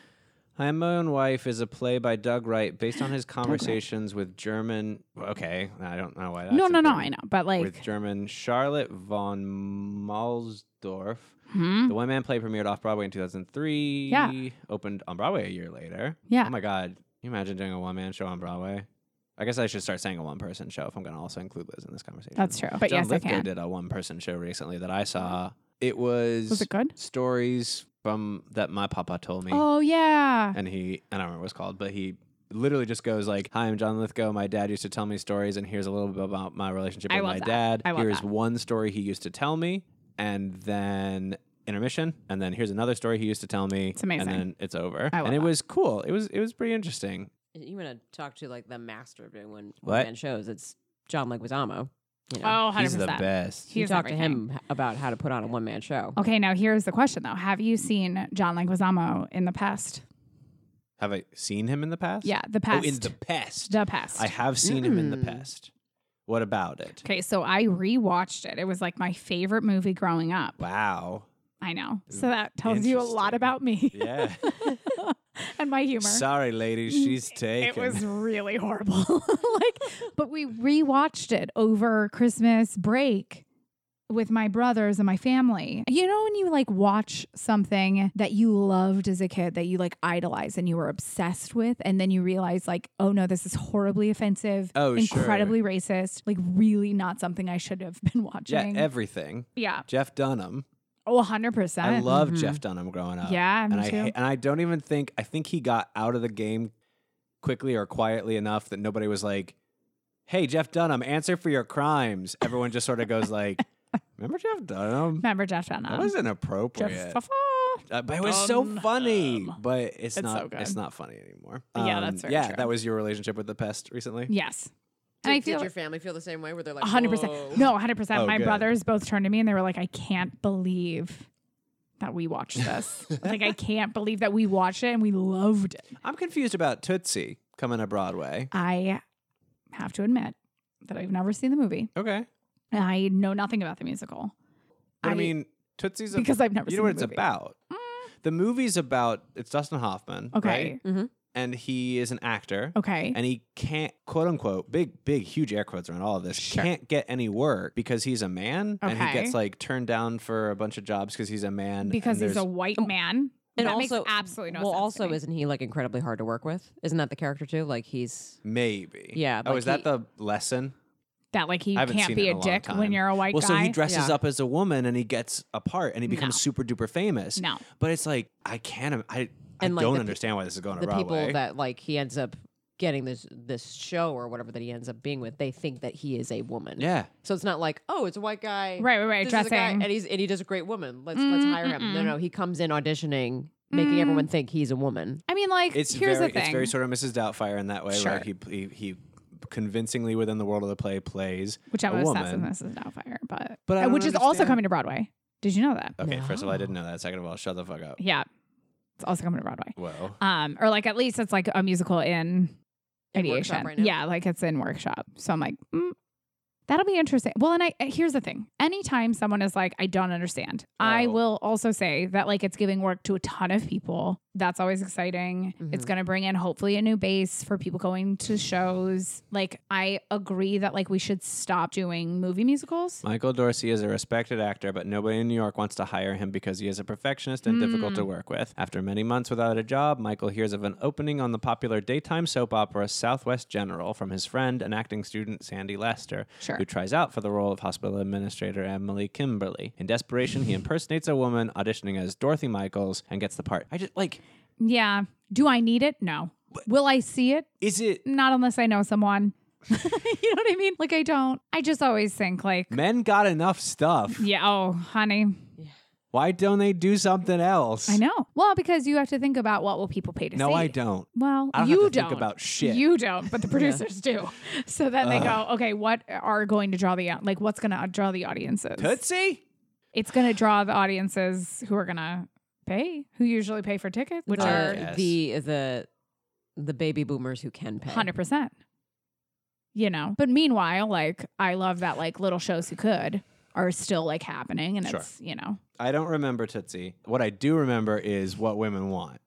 Speaker 1: I Am My Own Wife is a play by Doug Wright based
Speaker 4: *laughs*
Speaker 1: on his conversations with German. Okay, I don't know why. That's
Speaker 4: no, no, no,
Speaker 1: important.
Speaker 4: I know. But
Speaker 1: With
Speaker 4: like
Speaker 1: German Charlotte von Malsdorf.
Speaker 4: hmm?
Speaker 1: The one man play premiered off Broadway in 2003.
Speaker 4: Yeah.
Speaker 1: Opened on Broadway a year later.
Speaker 4: Yeah.
Speaker 1: Oh my God. Can you imagine doing a one man show on Broadway? I guess I should start saying a one person show if I'm going to also include Liz in this conversation.
Speaker 4: that's true. But
Speaker 1: John
Speaker 4: yes, I
Speaker 1: Lithgow
Speaker 4: can.
Speaker 1: did a one person show recently that I saw. It was,
Speaker 4: Was it good?
Speaker 1: stories from that my papa told me
Speaker 4: Oh yeah.
Speaker 1: and he I don't remember what it's called, but he literally just goes like, "Hi, I'm John Lithgow. My dad used to tell me stories, and here's a little bit about my relationship
Speaker 4: I
Speaker 1: with
Speaker 4: love
Speaker 1: my
Speaker 4: that.
Speaker 1: dad.
Speaker 4: I love
Speaker 1: here's
Speaker 4: that.
Speaker 1: one story he used to tell me, and then." intermission and then here's another story he used to tell me
Speaker 4: It's amazing.
Speaker 1: and then it's over
Speaker 4: I love
Speaker 1: and it
Speaker 4: that.
Speaker 1: was cool it was it was pretty interesting
Speaker 3: You want to talk to like the master of doing one
Speaker 1: What?
Speaker 3: man shows? It's John Leguizamo. You know,
Speaker 4: Oh, 100%.
Speaker 1: he's the best
Speaker 4: He's
Speaker 3: you talk to
Speaker 4: everything.
Speaker 3: him h- about how to put on a one man show.
Speaker 4: Okay, now here's the question though. Have you seen John Leguizamo in the past?
Speaker 1: have i seen him in the past
Speaker 4: Yeah, the past.
Speaker 1: oh in the past
Speaker 4: The past.
Speaker 1: i have seen him in the
Speaker 3: Mm.
Speaker 1: past what about it
Speaker 4: okay, so I rewatched it. It was like my favorite movie growing up. *laughs*
Speaker 1: wow
Speaker 4: I know. So that tells you a lot
Speaker 1: Interesting.
Speaker 4: about me *laughs*
Speaker 1: yeah
Speaker 4: and my humor.
Speaker 1: sorry ladies she's taken
Speaker 4: it was
Speaker 1: *laughs*
Speaker 4: really *laughs* horrible. like, but we rewatched it over Christmas break. with my brothers and my family. You know, when you like watch something that you loved as a kid, that you like idolized and you were obsessed with, and then you realize, like, oh no, this is horribly offensive,
Speaker 1: Oh, sure.
Speaker 4: incredibly racist, like, really not something I should have been *laughs*
Speaker 1: Yeah,
Speaker 4: watching.
Speaker 1: everything.
Speaker 4: yeah.
Speaker 1: Jeff Dunham.
Speaker 4: Oh, 100%.
Speaker 1: I love Jeff Dunham growing up.
Speaker 4: mm-hmm. Yeah, me
Speaker 1: and I
Speaker 4: too.
Speaker 1: ha- and I don't even think I think he got out of the game quickly or quietly enough that nobody was like, "Hey, Jeff Dunham, answer for your crimes." Everyone just sort of goes
Speaker 4: *laughs*
Speaker 1: like, "Remember Jeff Dunham?
Speaker 4: Remember Jeff Dunham?
Speaker 1: That was inappropriate."
Speaker 4: Jeff.
Speaker 1: Uh, but it was so funny, but it's,
Speaker 4: It's
Speaker 1: not
Speaker 4: so good.
Speaker 1: it's not funny anymore. Um,
Speaker 4: Yeah, that's very
Speaker 1: yeah.
Speaker 4: true.
Speaker 1: That was your relationship with the pest recently.
Speaker 4: Yes.
Speaker 5: Did,
Speaker 4: And I feel
Speaker 5: did your family feel the same way? Where they're like,
Speaker 4: hundred
Speaker 5: "Whoa." *laughs*
Speaker 4: percent. No, hundred percent.
Speaker 1: Oh,
Speaker 4: My
Speaker 1: good.
Speaker 4: brothers both turned to me and they were like, "I can't believe that we
Speaker 1: *laughs*
Speaker 4: watched this. like, I can't believe that we watched it and we loved it."
Speaker 1: I'm confused about Tootsie coming to Broadway.
Speaker 4: I have to admit that I've never seen the movie.
Speaker 1: Okay,
Speaker 4: And I know nothing about the musical
Speaker 1: but I,
Speaker 4: I-
Speaker 1: mean Tootsie's a,
Speaker 4: because I've never.
Speaker 1: you
Speaker 4: seen
Speaker 1: know what
Speaker 4: the
Speaker 1: it's
Speaker 4: movie. Mm.
Speaker 1: about. The movie's about it's Dustin Hoffman.
Speaker 4: Okay.
Speaker 1: right?
Speaker 5: Mhm.
Speaker 1: and he is an actor.
Speaker 4: Okay.
Speaker 1: And he can't, quote unquote, big, big, huge air quotes around all of this, can't get any work because he's a man. And he
Speaker 4: Okay.
Speaker 1: gets like turned down for a bunch of jobs because he's a man.
Speaker 4: because
Speaker 1: and
Speaker 4: he's a
Speaker 1: there's-
Speaker 4: white man.
Speaker 3: Oh, And
Speaker 4: that
Speaker 3: also-
Speaker 4: makes absolutely no
Speaker 3: well,
Speaker 4: sense. to
Speaker 3: also,
Speaker 4: me.
Speaker 3: isn't he like incredibly hard to work with? Isn't that the character too? Like he's
Speaker 1: Maybe.
Speaker 3: Yeah,
Speaker 1: Oh,
Speaker 3: like
Speaker 1: is that
Speaker 3: he-
Speaker 1: the lesson?
Speaker 4: that like he
Speaker 1: I haven't
Speaker 4: can't
Speaker 1: seen
Speaker 4: be
Speaker 1: it
Speaker 4: a,
Speaker 1: in a long
Speaker 4: dick
Speaker 1: time.
Speaker 4: when you're a white
Speaker 1: well,
Speaker 4: guy?
Speaker 1: so he dresses
Speaker 3: Yeah.
Speaker 1: up as a woman and he gets a part and he becomes
Speaker 4: No.
Speaker 1: super duper famous.
Speaker 4: No.
Speaker 1: But it's like, I can't, im- I, I
Speaker 3: And, like,
Speaker 1: don't
Speaker 3: the pe-
Speaker 1: understand why this is going to
Speaker 3: the
Speaker 1: Broadway.
Speaker 3: people that like he ends up getting this this show or whatever that he ends up being with. They think that he is a woman.
Speaker 1: yeah.
Speaker 3: So it's not like oh, it's a white guy.
Speaker 4: right, right, right.
Speaker 3: this is a guy,
Speaker 4: Dressing.
Speaker 3: and he's and he does a great woman. Let's let's
Speaker 4: Mm,
Speaker 3: hire him. No,
Speaker 4: mm-mm.
Speaker 3: no, he comes in auditioning, making
Speaker 4: Mm.
Speaker 3: everyone think he's a woman.
Speaker 4: I mean, like,
Speaker 1: It's
Speaker 4: here's
Speaker 1: very,
Speaker 4: the thing.
Speaker 1: it's very sort of Mrs. Doubtfire in that way.
Speaker 4: Sure.
Speaker 1: Like he, he, he convincingly within the world of the play plays
Speaker 4: which I'm
Speaker 1: a
Speaker 4: obsessed
Speaker 1: woman.
Speaker 4: with Mrs. Doubtfire, but,
Speaker 1: But I
Speaker 4: uh,
Speaker 1: don't
Speaker 4: which is also
Speaker 1: understand-
Speaker 4: coming to Broadway. Did you know that?
Speaker 1: Okay, first of all, I
Speaker 3: No.
Speaker 1: didn't know that. Second of all, shut the fuck up.
Speaker 4: Yeah, it's also coming to Broadway.
Speaker 1: Well,
Speaker 4: Um, or like at least it's like a musical
Speaker 5: In
Speaker 4: in ideation.
Speaker 5: workshop right now?
Speaker 4: Yeah, like it's in workshop. So I'm like, mm, that'll be interesting. Well, and I uh, here's the thing. Anytime someone is like, I don't understand, I
Speaker 1: Oh.
Speaker 4: will also say that like it's giving work to a ton of people. That's always exciting. It's
Speaker 5: Mm-hmm.
Speaker 3: Mhm.
Speaker 4: gonna bring in hopefully a new base for people going to shows. Like I agree that like we should stop doing movie musicals.
Speaker 1: Michael Dorsey is a respected actor, but nobody in New York wants to hire him because he is a perfectionist and difficult
Speaker 4: Hmm.
Speaker 1: to work with. After many months without a job, Michael hears of an opening on the popular daytime soap opera Southwest General from his friend and acting student Sandy Lester,
Speaker 4: Sure.
Speaker 1: who tries out for the role of hospital administrator Emily Kimberly. In desperation,
Speaker 4: *laughs*
Speaker 1: he impersonates a woman auditioning as Dorothy Michaels and gets the part. I just like,
Speaker 4: Yeah. Do I need it? No. Will I see it?
Speaker 1: is it
Speaker 4: Not unless I know someone. *laughs* you know what I mean? Like I don't. I just always think like,
Speaker 1: men got enough stuff?
Speaker 4: yeah, oh, honey,
Speaker 1: Why don't they do something else?
Speaker 4: I know. Well, because you have to think about what will people pay to see.
Speaker 1: No, I don't.
Speaker 4: Well,
Speaker 1: I don't
Speaker 4: you
Speaker 1: have to
Speaker 4: don't.
Speaker 1: think about shit.
Speaker 4: You don't,
Speaker 1: *laughs*
Speaker 4: but the producers do. So then they go, okay, what are going to draw the au- like what's going to draw the audiences?
Speaker 1: Tootsie?
Speaker 4: It's going to draw the audiences who are going to pay, who usually pay for tickets, which
Speaker 3: the,
Speaker 4: are
Speaker 1: Yes.
Speaker 3: the the the baby boomers who can pay.
Speaker 4: Hundred percent. You know, but meanwhile, like I love that like little shows who could are still like happening, and
Speaker 1: Sure.
Speaker 4: it's you know,
Speaker 1: I don't remember Tootsie. What I do remember is what women want.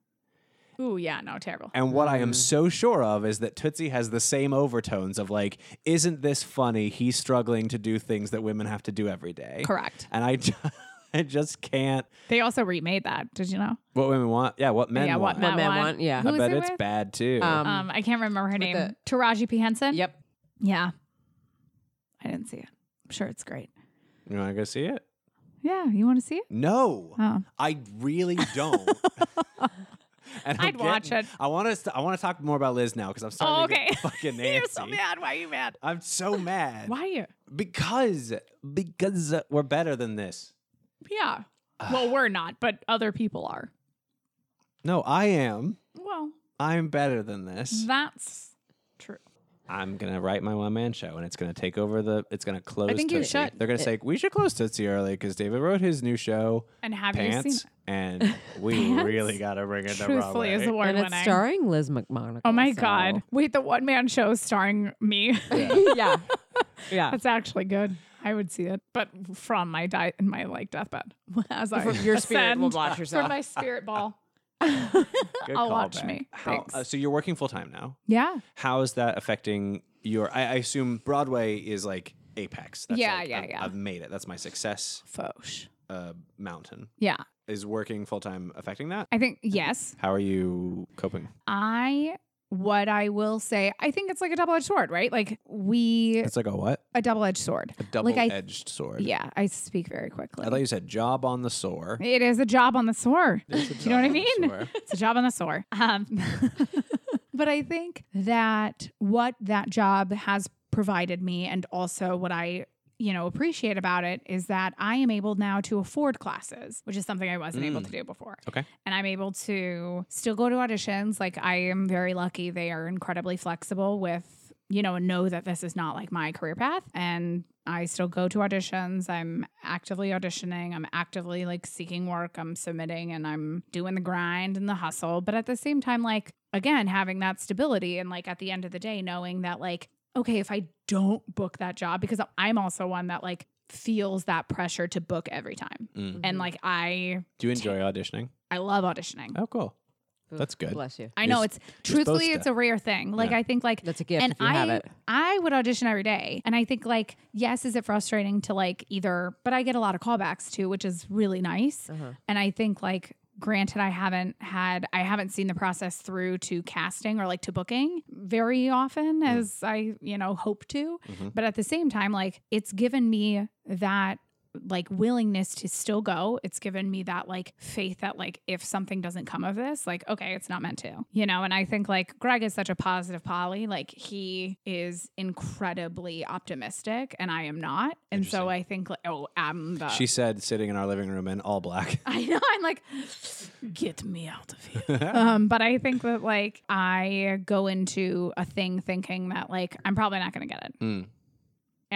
Speaker 4: ooh yeah, no, terrible.
Speaker 1: And what I
Speaker 4: Mm.
Speaker 1: am so sure of is that Tootsie has the same overtones of like, isn't this funny? He's struggling to do things that women have to do every day.
Speaker 4: Correct.
Speaker 1: And I, ju- *laughs* I just can't.
Speaker 4: They also remade that. Did you know?
Speaker 1: What women want? Yeah, what men
Speaker 4: yeah,
Speaker 1: want.
Speaker 4: that
Speaker 3: What men
Speaker 4: one.
Speaker 3: want, yeah.
Speaker 4: Who
Speaker 1: I
Speaker 4: was
Speaker 1: bet
Speaker 4: it
Speaker 1: it's
Speaker 4: with?
Speaker 1: bad too.
Speaker 3: Um,
Speaker 4: Um, I can't remember her name.
Speaker 3: the-
Speaker 4: Taraji P Henson.
Speaker 3: Yep.
Speaker 4: Yeah. I didn't see it. I'm sure it's great.
Speaker 1: you want to go see it?
Speaker 4: Yeah, you want to see it?
Speaker 1: No,
Speaker 4: Oh.
Speaker 1: I really
Speaker 4: *laughs*
Speaker 1: don't. And I'm
Speaker 4: I'd watch
Speaker 1: getting-
Speaker 4: it.
Speaker 1: I want to. st- I want to talk more about Liz now because I'm starting
Speaker 4: Oh,
Speaker 1: to get
Speaker 4: okay.
Speaker 1: fucking nasty.
Speaker 4: *laughs* You're so mad. Why are you mad?
Speaker 1: I'm so mad.
Speaker 4: Why are you?
Speaker 1: Because because we're better than this.
Speaker 4: Yeah. well, we're not, but other people are.
Speaker 1: No, I am.
Speaker 4: Well,
Speaker 1: I'm better than
Speaker 4: Mm.
Speaker 1: this.
Speaker 4: that's true.
Speaker 1: I'm gonna write my one man show, and it's gonna take over the. It's gonna close.
Speaker 4: think Uh, you
Speaker 1: Tootsie.
Speaker 4: should.
Speaker 1: They're gonna say we should close Tootsie early because David wrote his new show
Speaker 4: And have you
Speaker 1: Pants,
Speaker 4: seen
Speaker 1: and we
Speaker 4: *laughs* Pants?
Speaker 1: really gotta bring it
Speaker 4: it?
Speaker 1: the wrong
Speaker 4: Truthfully,
Speaker 1: way.
Speaker 4: is the word
Speaker 3: and
Speaker 4: when
Speaker 3: it's
Speaker 4: I.
Speaker 3: starring Liz McMonagle.
Speaker 4: Oh my
Speaker 3: so-
Speaker 4: god! Wait, the one man show starring me.
Speaker 3: *laughs* yeah, yeah.
Speaker 4: *laughs* That's actually good. I would see it, but from my diet and my like deathbed. *laughs* As I
Speaker 5: From your spirit will
Speaker 4: ascend
Speaker 5: watch
Speaker 4: *laughs* from
Speaker 5: yourself.
Speaker 4: my spirit ball.
Speaker 1: Good
Speaker 4: I'll watch
Speaker 1: callback.
Speaker 4: me.
Speaker 1: How,
Speaker 4: Thanks.
Speaker 1: uh, so you're working full time now.
Speaker 4: Yeah.
Speaker 1: How is that affecting your? I, I assume Broadway is like apex. That's
Speaker 4: Yeah,
Speaker 1: like,
Speaker 4: yeah,
Speaker 1: I've,
Speaker 4: yeah.
Speaker 1: I've made it. That's my success
Speaker 4: Foch.
Speaker 1: uh, mountain.
Speaker 4: Yeah.
Speaker 1: Is working full time affecting that?
Speaker 4: I think, yes.
Speaker 1: How are you coping?
Speaker 4: I, what I will say, I think it's like a double edged sword, right? Like we,
Speaker 1: It's like a what?
Speaker 4: a double edged sword.
Speaker 1: A double edged sword.
Speaker 4: Yeah. I speak very quickly.
Speaker 1: I thought you said job on the sore. *laughs*
Speaker 4: it is a job on the sword.
Speaker 1: It's a
Speaker 4: you know what I
Speaker 1: job on the
Speaker 4: mean?
Speaker 1: sore.
Speaker 4: *laughs* It's a job on the sore. Um, *laughs* but I think that what that job has provided me, and also what I you know appreciate about it is that I am able now to afford classes, which is something I wasn't able
Speaker 1: Mm.
Speaker 4: to do before.
Speaker 1: Okay.
Speaker 4: and I'm able to still go to auditions. Like I am very lucky; they are incredibly flexible with you know and know that this is not like my career path and i still go to auditions i'm actively auditioning i'm actively like seeking work i'm submitting and i'm doing the grind and the hustle but at the same time like again having that stability and like at the end of the day knowing that like okay if i don't book that job because i'm also one that like feels that pressure to book every time
Speaker 1: Mm.
Speaker 4: and
Speaker 3: Mm-hmm.
Speaker 4: like i
Speaker 1: Do you enjoy auditioning?
Speaker 4: i love auditioning
Speaker 1: Oh, cool.
Speaker 3: Oof,
Speaker 1: That's good.
Speaker 3: Bless you.
Speaker 4: i know
Speaker 1: You're
Speaker 4: it's
Speaker 1: you're supposed
Speaker 4: truthfully it's
Speaker 1: to.
Speaker 4: a rare thing like
Speaker 1: Yeah.
Speaker 4: i think like
Speaker 3: That's a gift
Speaker 4: and
Speaker 3: if you
Speaker 4: I,
Speaker 3: have it.
Speaker 4: I would audition every day. And I think, like, yes, is it frustrating to like either, but I get a lot of callbacks too, which is really nice.
Speaker 3: Uh-huh.
Speaker 4: And I think, like, granted, I haven't had, I haven't seen the process through to casting or like to booking very often
Speaker 1: Mm.
Speaker 4: as I, you know, hope to.
Speaker 1: Mhm.
Speaker 4: But at the same time, like, it's given me that like willingness to still go it's given me that like faith that like if something doesn't come of this like okay it's not meant to you know and i think like greg is such a positive polly like he is incredibly optimistic and i am not and so i think like oh i'm the
Speaker 1: She said, sitting in our living room in all black.
Speaker 4: *laughs*
Speaker 1: *laughs*
Speaker 4: I know. I'm like, get me out of here. um, but I think that like I go into a thing thinking that like I'm probably not going to get it.
Speaker 1: Mm.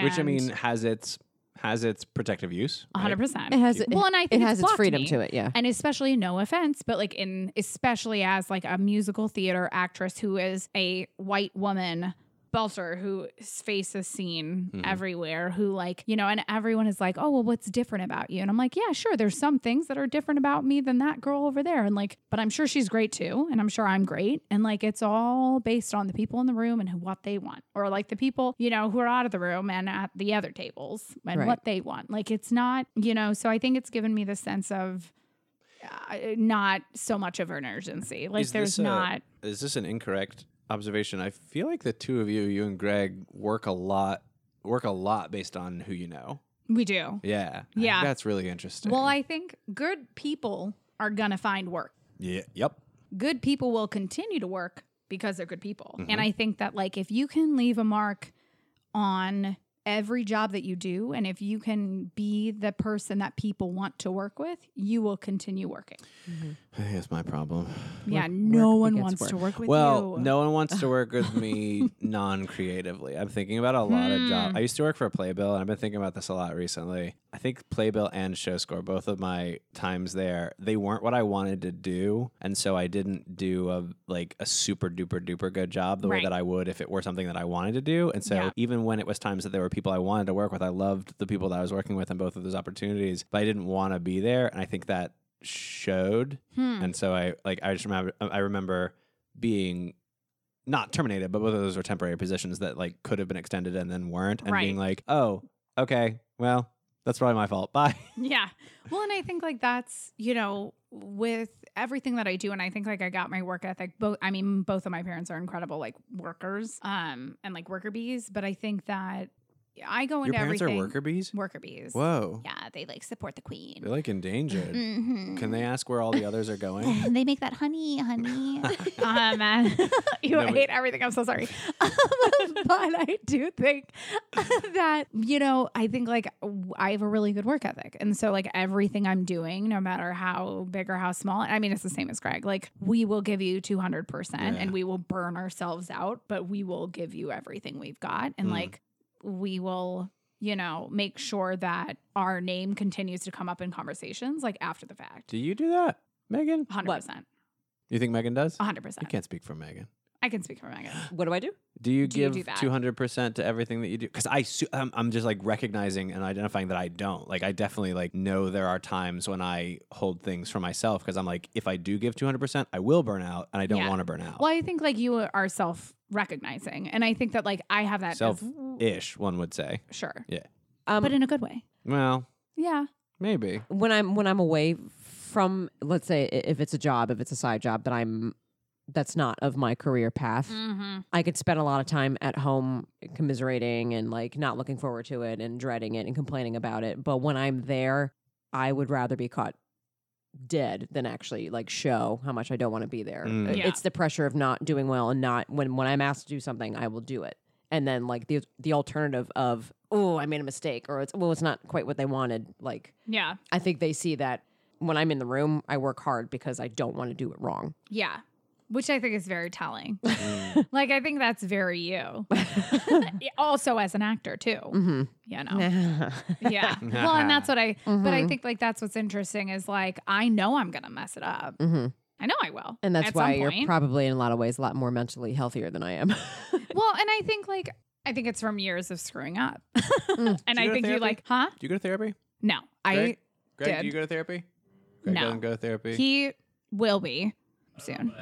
Speaker 1: Which I
Speaker 4: And
Speaker 1: mean has its has its protective use. right?
Speaker 4: 100. percent
Speaker 3: It has it,
Speaker 4: Well, and I think
Speaker 3: has its
Speaker 4: blocked
Speaker 3: freedom
Speaker 4: me.
Speaker 3: to it.
Speaker 4: *laughs*
Speaker 3: Yeah.
Speaker 4: And especially, no offense, but like in especially as like a musical theater actress who is a white woman belter whose face is seen
Speaker 3: Mm-hmm.
Speaker 1: Mhm.
Speaker 4: everywhere who like you know and everyone is like oh well what's different about you and i'm like yeah sure there's some things that are different about me than that girl over there and like but i'm sure she's great too and i'm sure i'm great and like it's all based on the people in the room and who, what they want or like the people you know who are out of the room and at the other tables and
Speaker 3: Right.
Speaker 4: what they want like it's not you know so i think it's given me the sense of uh, not so much of an urgency. Like
Speaker 1: Is
Speaker 4: there's
Speaker 1: this a-
Speaker 4: not.
Speaker 1: Is this an incorrect observation? I feel like the two of you, you and Greg, work a lot work a lot based on who you know.
Speaker 4: We do.
Speaker 1: Yeah. I think
Speaker 4: Yeah.
Speaker 1: That's really interesting.
Speaker 4: Well, I think good people are gonna find work.
Speaker 1: Yeah. Yep.
Speaker 4: Good people will continue to work because they're good people.
Speaker 1: Mm-hmm.
Speaker 4: And I think that like if you can leave a mark on every job that you do and if you can be the person that people want to work with, you will continue working.
Speaker 1: *sighs* Here's my problem.
Speaker 4: yeah, no
Speaker 3: work
Speaker 4: one
Speaker 3: begets
Speaker 4: wants to work with
Speaker 1: well,
Speaker 4: you.
Speaker 1: no one wants to work with
Speaker 4: *laughs*
Speaker 1: me non creatively. I'm thinking about a lot of
Speaker 4: Hmm.
Speaker 1: jobs. I used to work for Playbill, and I've been thinking about this a lot recently. I think Playbill and Show Score, both of my times there, they weren't what I wanted to do. And so I didn't do a like a super duper duper good job the way
Speaker 4: Right.
Speaker 1: that I would if it were something that I wanted to do. And so
Speaker 4: Yeah.
Speaker 1: even when it was times that there were people I wanted to work with, I loved the people that I was working with in both of those opportunities, but I didn't want to be there. And I think that showed
Speaker 4: Hmm.
Speaker 1: and so I like I just remember I remember being not terminated, but both of those were temporary positions that like could have been extended and then weren't, and being like, oh, okay, well, that's probably my fault. *laughs* Bye.
Speaker 4: Yeah. Well, and I think like that's, you know, with everything that I do and I think like I got my work ethic both I mean both of my parents are incredible like workers um and like worker bees, but I think that I go
Speaker 1: Your
Speaker 4: into
Speaker 1: parents
Speaker 4: everything
Speaker 1: are worker bees.
Speaker 4: worker bees.
Speaker 1: Whoa,
Speaker 4: Yeah, Mm. they like support the queen.
Speaker 1: they're like endangered.
Speaker 4: Mhm.
Speaker 1: Can they ask where all the others are
Speaker 4: *sighs*
Speaker 1: going?
Speaker 4: *laughs* they make that honey, *laughs* honey. um, *laughs* uh, you
Speaker 1: No, we-
Speaker 4: hate everything. I'm so sorry. *laughs* but I do think *laughs* that, you know, I think like w- I have a really good work ethic. And so, like, everything I'm doing, no matter how big or how small, I mean, it's the same as Greg. Like, we will give you 200%
Speaker 1: Yeah.
Speaker 4: and we will burn ourselves out, but we will give you everything we've got. And
Speaker 1: Mm.
Speaker 4: like, we will you know make sure that our name continues to come up in conversations like after the fact *sighs*
Speaker 1: do you do that, Megan?
Speaker 4: 100%
Speaker 1: You think Megan does?
Speaker 4: *sighs* 100%.
Speaker 1: You can't speak for Megan.
Speaker 4: I can speak for Megan.
Speaker 3: What do I do?
Speaker 1: Do you
Speaker 4: Do you
Speaker 1: give
Speaker 4: do that?
Speaker 1: two hundred percent to everything that you do? Because I, su- I'm, I'm just like recognizing and identifying that I don't. Like I definitely like know there are times when I hold things for myself because I'm like, if I do give two hundred percent, I will burn out, and I don't
Speaker 4: Yeah.
Speaker 1: want to burn out.
Speaker 4: Well, I think like you are self recognizing, and I think that like I have that as-
Speaker 1: Self ish, one would say.
Speaker 4: sure,
Speaker 3: Um,
Speaker 4: but in a good way.
Speaker 1: Well,
Speaker 4: Yeah, *laughs*
Speaker 1: maybe.
Speaker 3: when I'm when I'm away from, let's say, i- if it's a job, if it's a side job that I'm that's not of my career path,
Speaker 4: mm-hmm.
Speaker 3: I could spend a lot of time at home commiserating and like not looking forward to it and dreading it and complaining about it. But when I'm there, I would rather be caught dead than actually like show how much I don't want to be there.
Speaker 1: Mm.
Speaker 3: Uh,
Speaker 4: Yeah.
Speaker 3: It's the pressure of not doing well and not when when I'm asked to do something, I will do it. And then like the the alternative of oh I made a mistake or it's well it's not quite what they wanted. Like
Speaker 4: yeah,
Speaker 3: I think they see that when I'm in the room, I work hard because I don't want to do it wrong.
Speaker 4: yeah. Which I think is
Speaker 3: *laughs*
Speaker 4: very telling.
Speaker 1: Mm.
Speaker 4: like I think that's very you. *laughs* also as an actor too.
Speaker 3: Mm-hmm.
Speaker 4: You know.
Speaker 3: *laughs*
Speaker 4: yeah. Well, and that's what I. But
Speaker 3: Mm-hmm.
Speaker 4: I think like that's what's interesting is like I know I'm gonna mess it up.
Speaker 3: hmm
Speaker 4: I know I will.
Speaker 3: And that's
Speaker 4: at some
Speaker 3: why you're
Speaker 4: point.
Speaker 3: probably in a lot of ways a lot more mentally healthier than I am. *laughs*
Speaker 4: well, and I think like I think it's from years of screwing
Speaker 3: *laughs*
Speaker 4: up. *laughs* and
Speaker 1: Do you
Speaker 3: Mm.
Speaker 4: I
Speaker 1: go to
Speaker 4: think you
Speaker 1: therapy?
Speaker 4: like, huh?
Speaker 1: Do you go to therapy?
Speaker 4: No, I.
Speaker 1: Greg? Greg,
Speaker 4: Did.
Speaker 1: do you go to therapy? Greg
Speaker 4: No.
Speaker 1: doesn't go to therapy.
Speaker 4: He will be soon.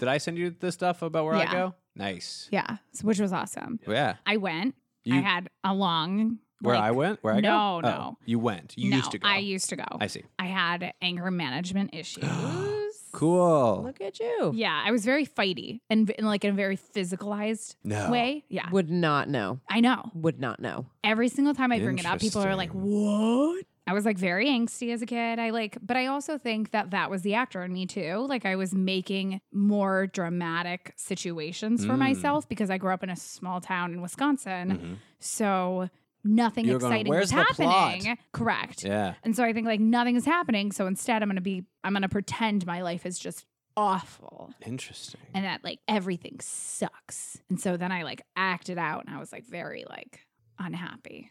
Speaker 1: Did I send you the stuff about where I
Speaker 4: Yeah.
Speaker 1: go? Nice. Oh,
Speaker 4: Yeah, so, which was awesome.
Speaker 1: Yeah.
Speaker 4: I went. I
Speaker 1: You-
Speaker 4: had a long.
Speaker 1: Where
Speaker 4: like-
Speaker 1: I went? Where I go?
Speaker 4: no,
Speaker 1: Oh,
Speaker 4: no.
Speaker 1: You went. You
Speaker 4: no,
Speaker 1: used to go.
Speaker 4: I used to go.
Speaker 1: I see.
Speaker 4: I had anger management issues.
Speaker 1: *gasps* Cool.
Speaker 3: Look at you.
Speaker 4: Yeah, I was very fighty and in like in a very physicalized
Speaker 1: No.
Speaker 4: way. Yeah,
Speaker 3: Would not know.
Speaker 4: I know.
Speaker 3: Would not know.
Speaker 4: Every single time I bring it up, people are like,
Speaker 1: "What?"
Speaker 4: I was like very angsty as a kid. I like, but I also think that that was the actor in me too. Like, I was making more dramatic situations
Speaker 1: Mm.
Speaker 4: for
Speaker 1: Mm-hmm.
Speaker 4: myself because I grew up in a small town in Wisconsin. So nothing
Speaker 1: You were going,
Speaker 4: exciting
Speaker 1: "Where's
Speaker 4: was
Speaker 1: the plot?"
Speaker 4: happening. Correct.
Speaker 1: Yeah.
Speaker 4: And so I think like nothing is happening. So instead, I'm going to be, I'm going to pretend my life is just awful
Speaker 1: Interesting.
Speaker 4: and that like everything sucks. And so then I like acted out and I was like very like unhappy.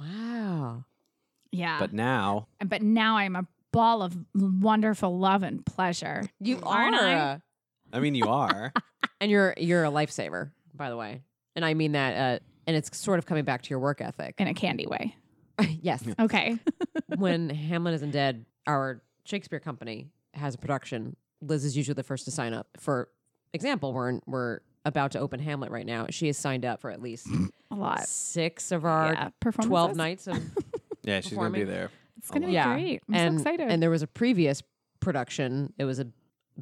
Speaker 3: Wow.
Speaker 4: Yeah.
Speaker 1: but now,
Speaker 4: but now I'm a ball of wonderful love and pleasure.
Speaker 3: You
Speaker 4: Aren't
Speaker 3: are.
Speaker 4: I?
Speaker 3: uh,
Speaker 1: I mean, you
Speaker 4: *laughs*
Speaker 1: are.
Speaker 3: And you're you're a lifesaver, by the way. And I mean that uh and it's sort of coming back to your work ethic.
Speaker 4: In a candy way.
Speaker 3: *laughs* yes.
Speaker 4: Okay.
Speaker 3: when Hamlet isn't dead, our Shakespeare company has a production. Liz is usually the first to sign up. For example, we're in, we're about to open Hamlet right now. She has signed up for at least
Speaker 4: A lot.
Speaker 3: six of our
Speaker 4: yeah. Performances.
Speaker 3: twelve nights of
Speaker 1: yeah, she's gonna be
Speaker 3: Performing.
Speaker 1: there.
Speaker 4: It's going to be
Speaker 3: Yeah.
Speaker 4: great. I'm
Speaker 3: and
Speaker 4: so excited.
Speaker 3: and there was a previous production. It was a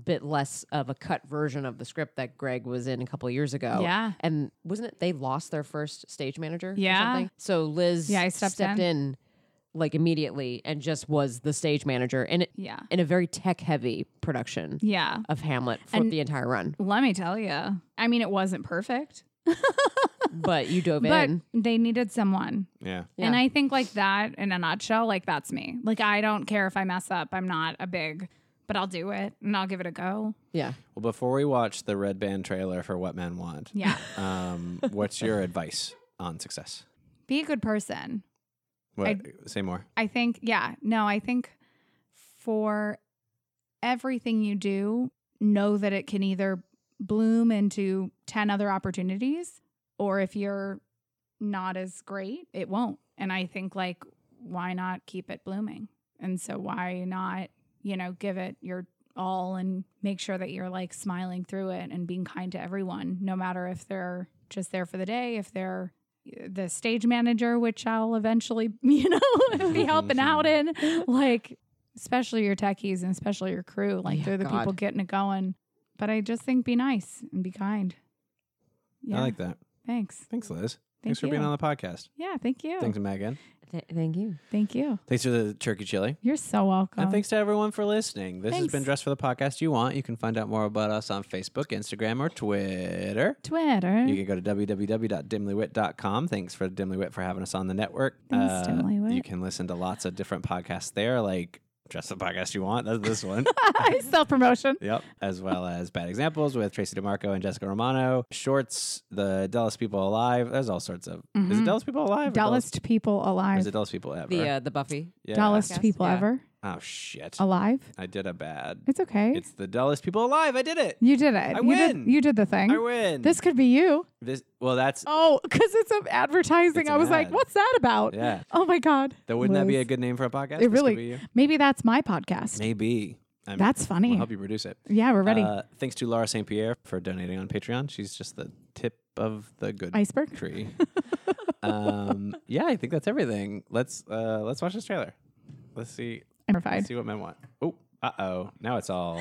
Speaker 3: bit less of a cut version of the script that Greg was in a couple years ago.
Speaker 4: Yeah.
Speaker 3: And wasn't it they lost their first stage manager? or
Speaker 4: Yeah.
Speaker 3: something? So Liz
Speaker 4: Yeah, I stepped
Speaker 3: in like immediately and just was the stage manager and it,
Speaker 4: yeah.
Speaker 3: in a very tech heavy production
Speaker 4: Yeah.
Speaker 3: of Hamlet for
Speaker 4: And-
Speaker 3: the entire run.
Speaker 4: Let me tell you. I mean, it wasn't perfect,
Speaker 3: But you dove
Speaker 4: but
Speaker 3: in.
Speaker 4: they needed someone.
Speaker 1: Yeah.
Speaker 3: Yeah.
Speaker 4: And I think like that in a nutshell, like that's me. Like I don't care if I mess up. I'm not a big, but I'll do it and I'll give it a go.
Speaker 3: Yeah.
Speaker 1: Well, before we watch the Red Band trailer for What Men Want,
Speaker 3: *laughs*
Speaker 4: Yeah.
Speaker 1: um, what's
Speaker 4: *laughs*
Speaker 1: your advice on success?
Speaker 4: Be a good person.
Speaker 1: What?
Speaker 4: I'd-
Speaker 1: say more.
Speaker 4: I think, yeah, no, I think for everything you do, know that it can either bloom into 10 other opportunities, or if you're not as great, it won't. And I think, like, why not keep it blooming? And so, why not, you know, give it your all and make sure that you're like smiling through it and being kind to everyone, no matter if they're just there for the day, if they're uh, the stage manager, which I'll eventually, *laughs* you know, be helping out in, like especially your techies and especially your crew, like
Speaker 3: Yeah,
Speaker 4: they're the
Speaker 3: God.
Speaker 4: people getting it going. But I just think be nice and be kind. Yeah,
Speaker 1: I like that.
Speaker 4: thanks.
Speaker 1: Thanks, Liz.
Speaker 4: Thank
Speaker 1: Thanks for
Speaker 4: you.
Speaker 1: being on the podcast.
Speaker 4: Yeah, thank you.
Speaker 1: Thanks, Megan.
Speaker 3: Th- thank you.
Speaker 4: Thank you.
Speaker 1: Thanks for the turkey chili.
Speaker 4: You're so welcome.
Speaker 1: And thanks to everyone for listening. This has
Speaker 4: Thanks.
Speaker 1: been Dress for the Podcast You Want. You can find out more about us on Facebook, Instagram, or Twitter.
Speaker 4: Twitter. *laughs*
Speaker 1: You can go to www.dimlywit.com. Thanks for Dimlywit for having us on the network. Uh,
Speaker 4: Thanks, Dimlywit.
Speaker 1: You can listen to lots of different podcasts there, like Dress the Podcast You Want. That's this
Speaker 4: *laughs*
Speaker 1: one.
Speaker 4: Self promotion.
Speaker 1: Yep. As well as Bad Examples with Tracy DeMarco and Jessica Romano. Shorts, The Dallas People Alive. There's all sorts of. Is it
Speaker 4: Mhm.
Speaker 1: Dallas People Alive? or
Speaker 4: Dullest people
Speaker 1: Or
Speaker 4: alive.
Speaker 1: Is it Dallas People Ever?
Speaker 3: The uh, the Buffy.
Speaker 1: yeah.
Speaker 4: Dullest
Speaker 3: Podcast,
Speaker 4: people
Speaker 3: yeah.
Speaker 4: ever.
Speaker 1: Oh shit!
Speaker 4: Alive?
Speaker 1: I did a bad.
Speaker 4: It's okay.
Speaker 1: It's the dullest people alive. I did it.
Speaker 4: you did it. you
Speaker 1: win.
Speaker 4: did you did the thing.
Speaker 1: I win.
Speaker 4: This could be you.
Speaker 1: This well, that's
Speaker 4: Oh, because it's of advertising.
Speaker 1: It's an
Speaker 4: I was like,
Speaker 1: ad.
Speaker 4: what's that about?
Speaker 1: yeah.
Speaker 4: Oh my God.
Speaker 1: That wouldn't that be a
Speaker 4: Liz.
Speaker 1: good name for a podcast?
Speaker 4: It
Speaker 1: This could
Speaker 4: really-
Speaker 1: be you.
Speaker 4: Maybe that's my podcast.
Speaker 1: maybe. i
Speaker 4: That's funny.
Speaker 1: We'll help you produce it.
Speaker 4: yeah, we're ready.
Speaker 1: Uh, thanks to Laura St. Pierre for donating on Patreon. She's just the tip of the good
Speaker 4: Iceberg. *laughs*
Speaker 1: tree. um, yeah, I think that's everything. Let's uh, let's watch this trailer. Let's see
Speaker 4: I'm terrified.
Speaker 1: see what men want. Oh, uh oh. Now it's all.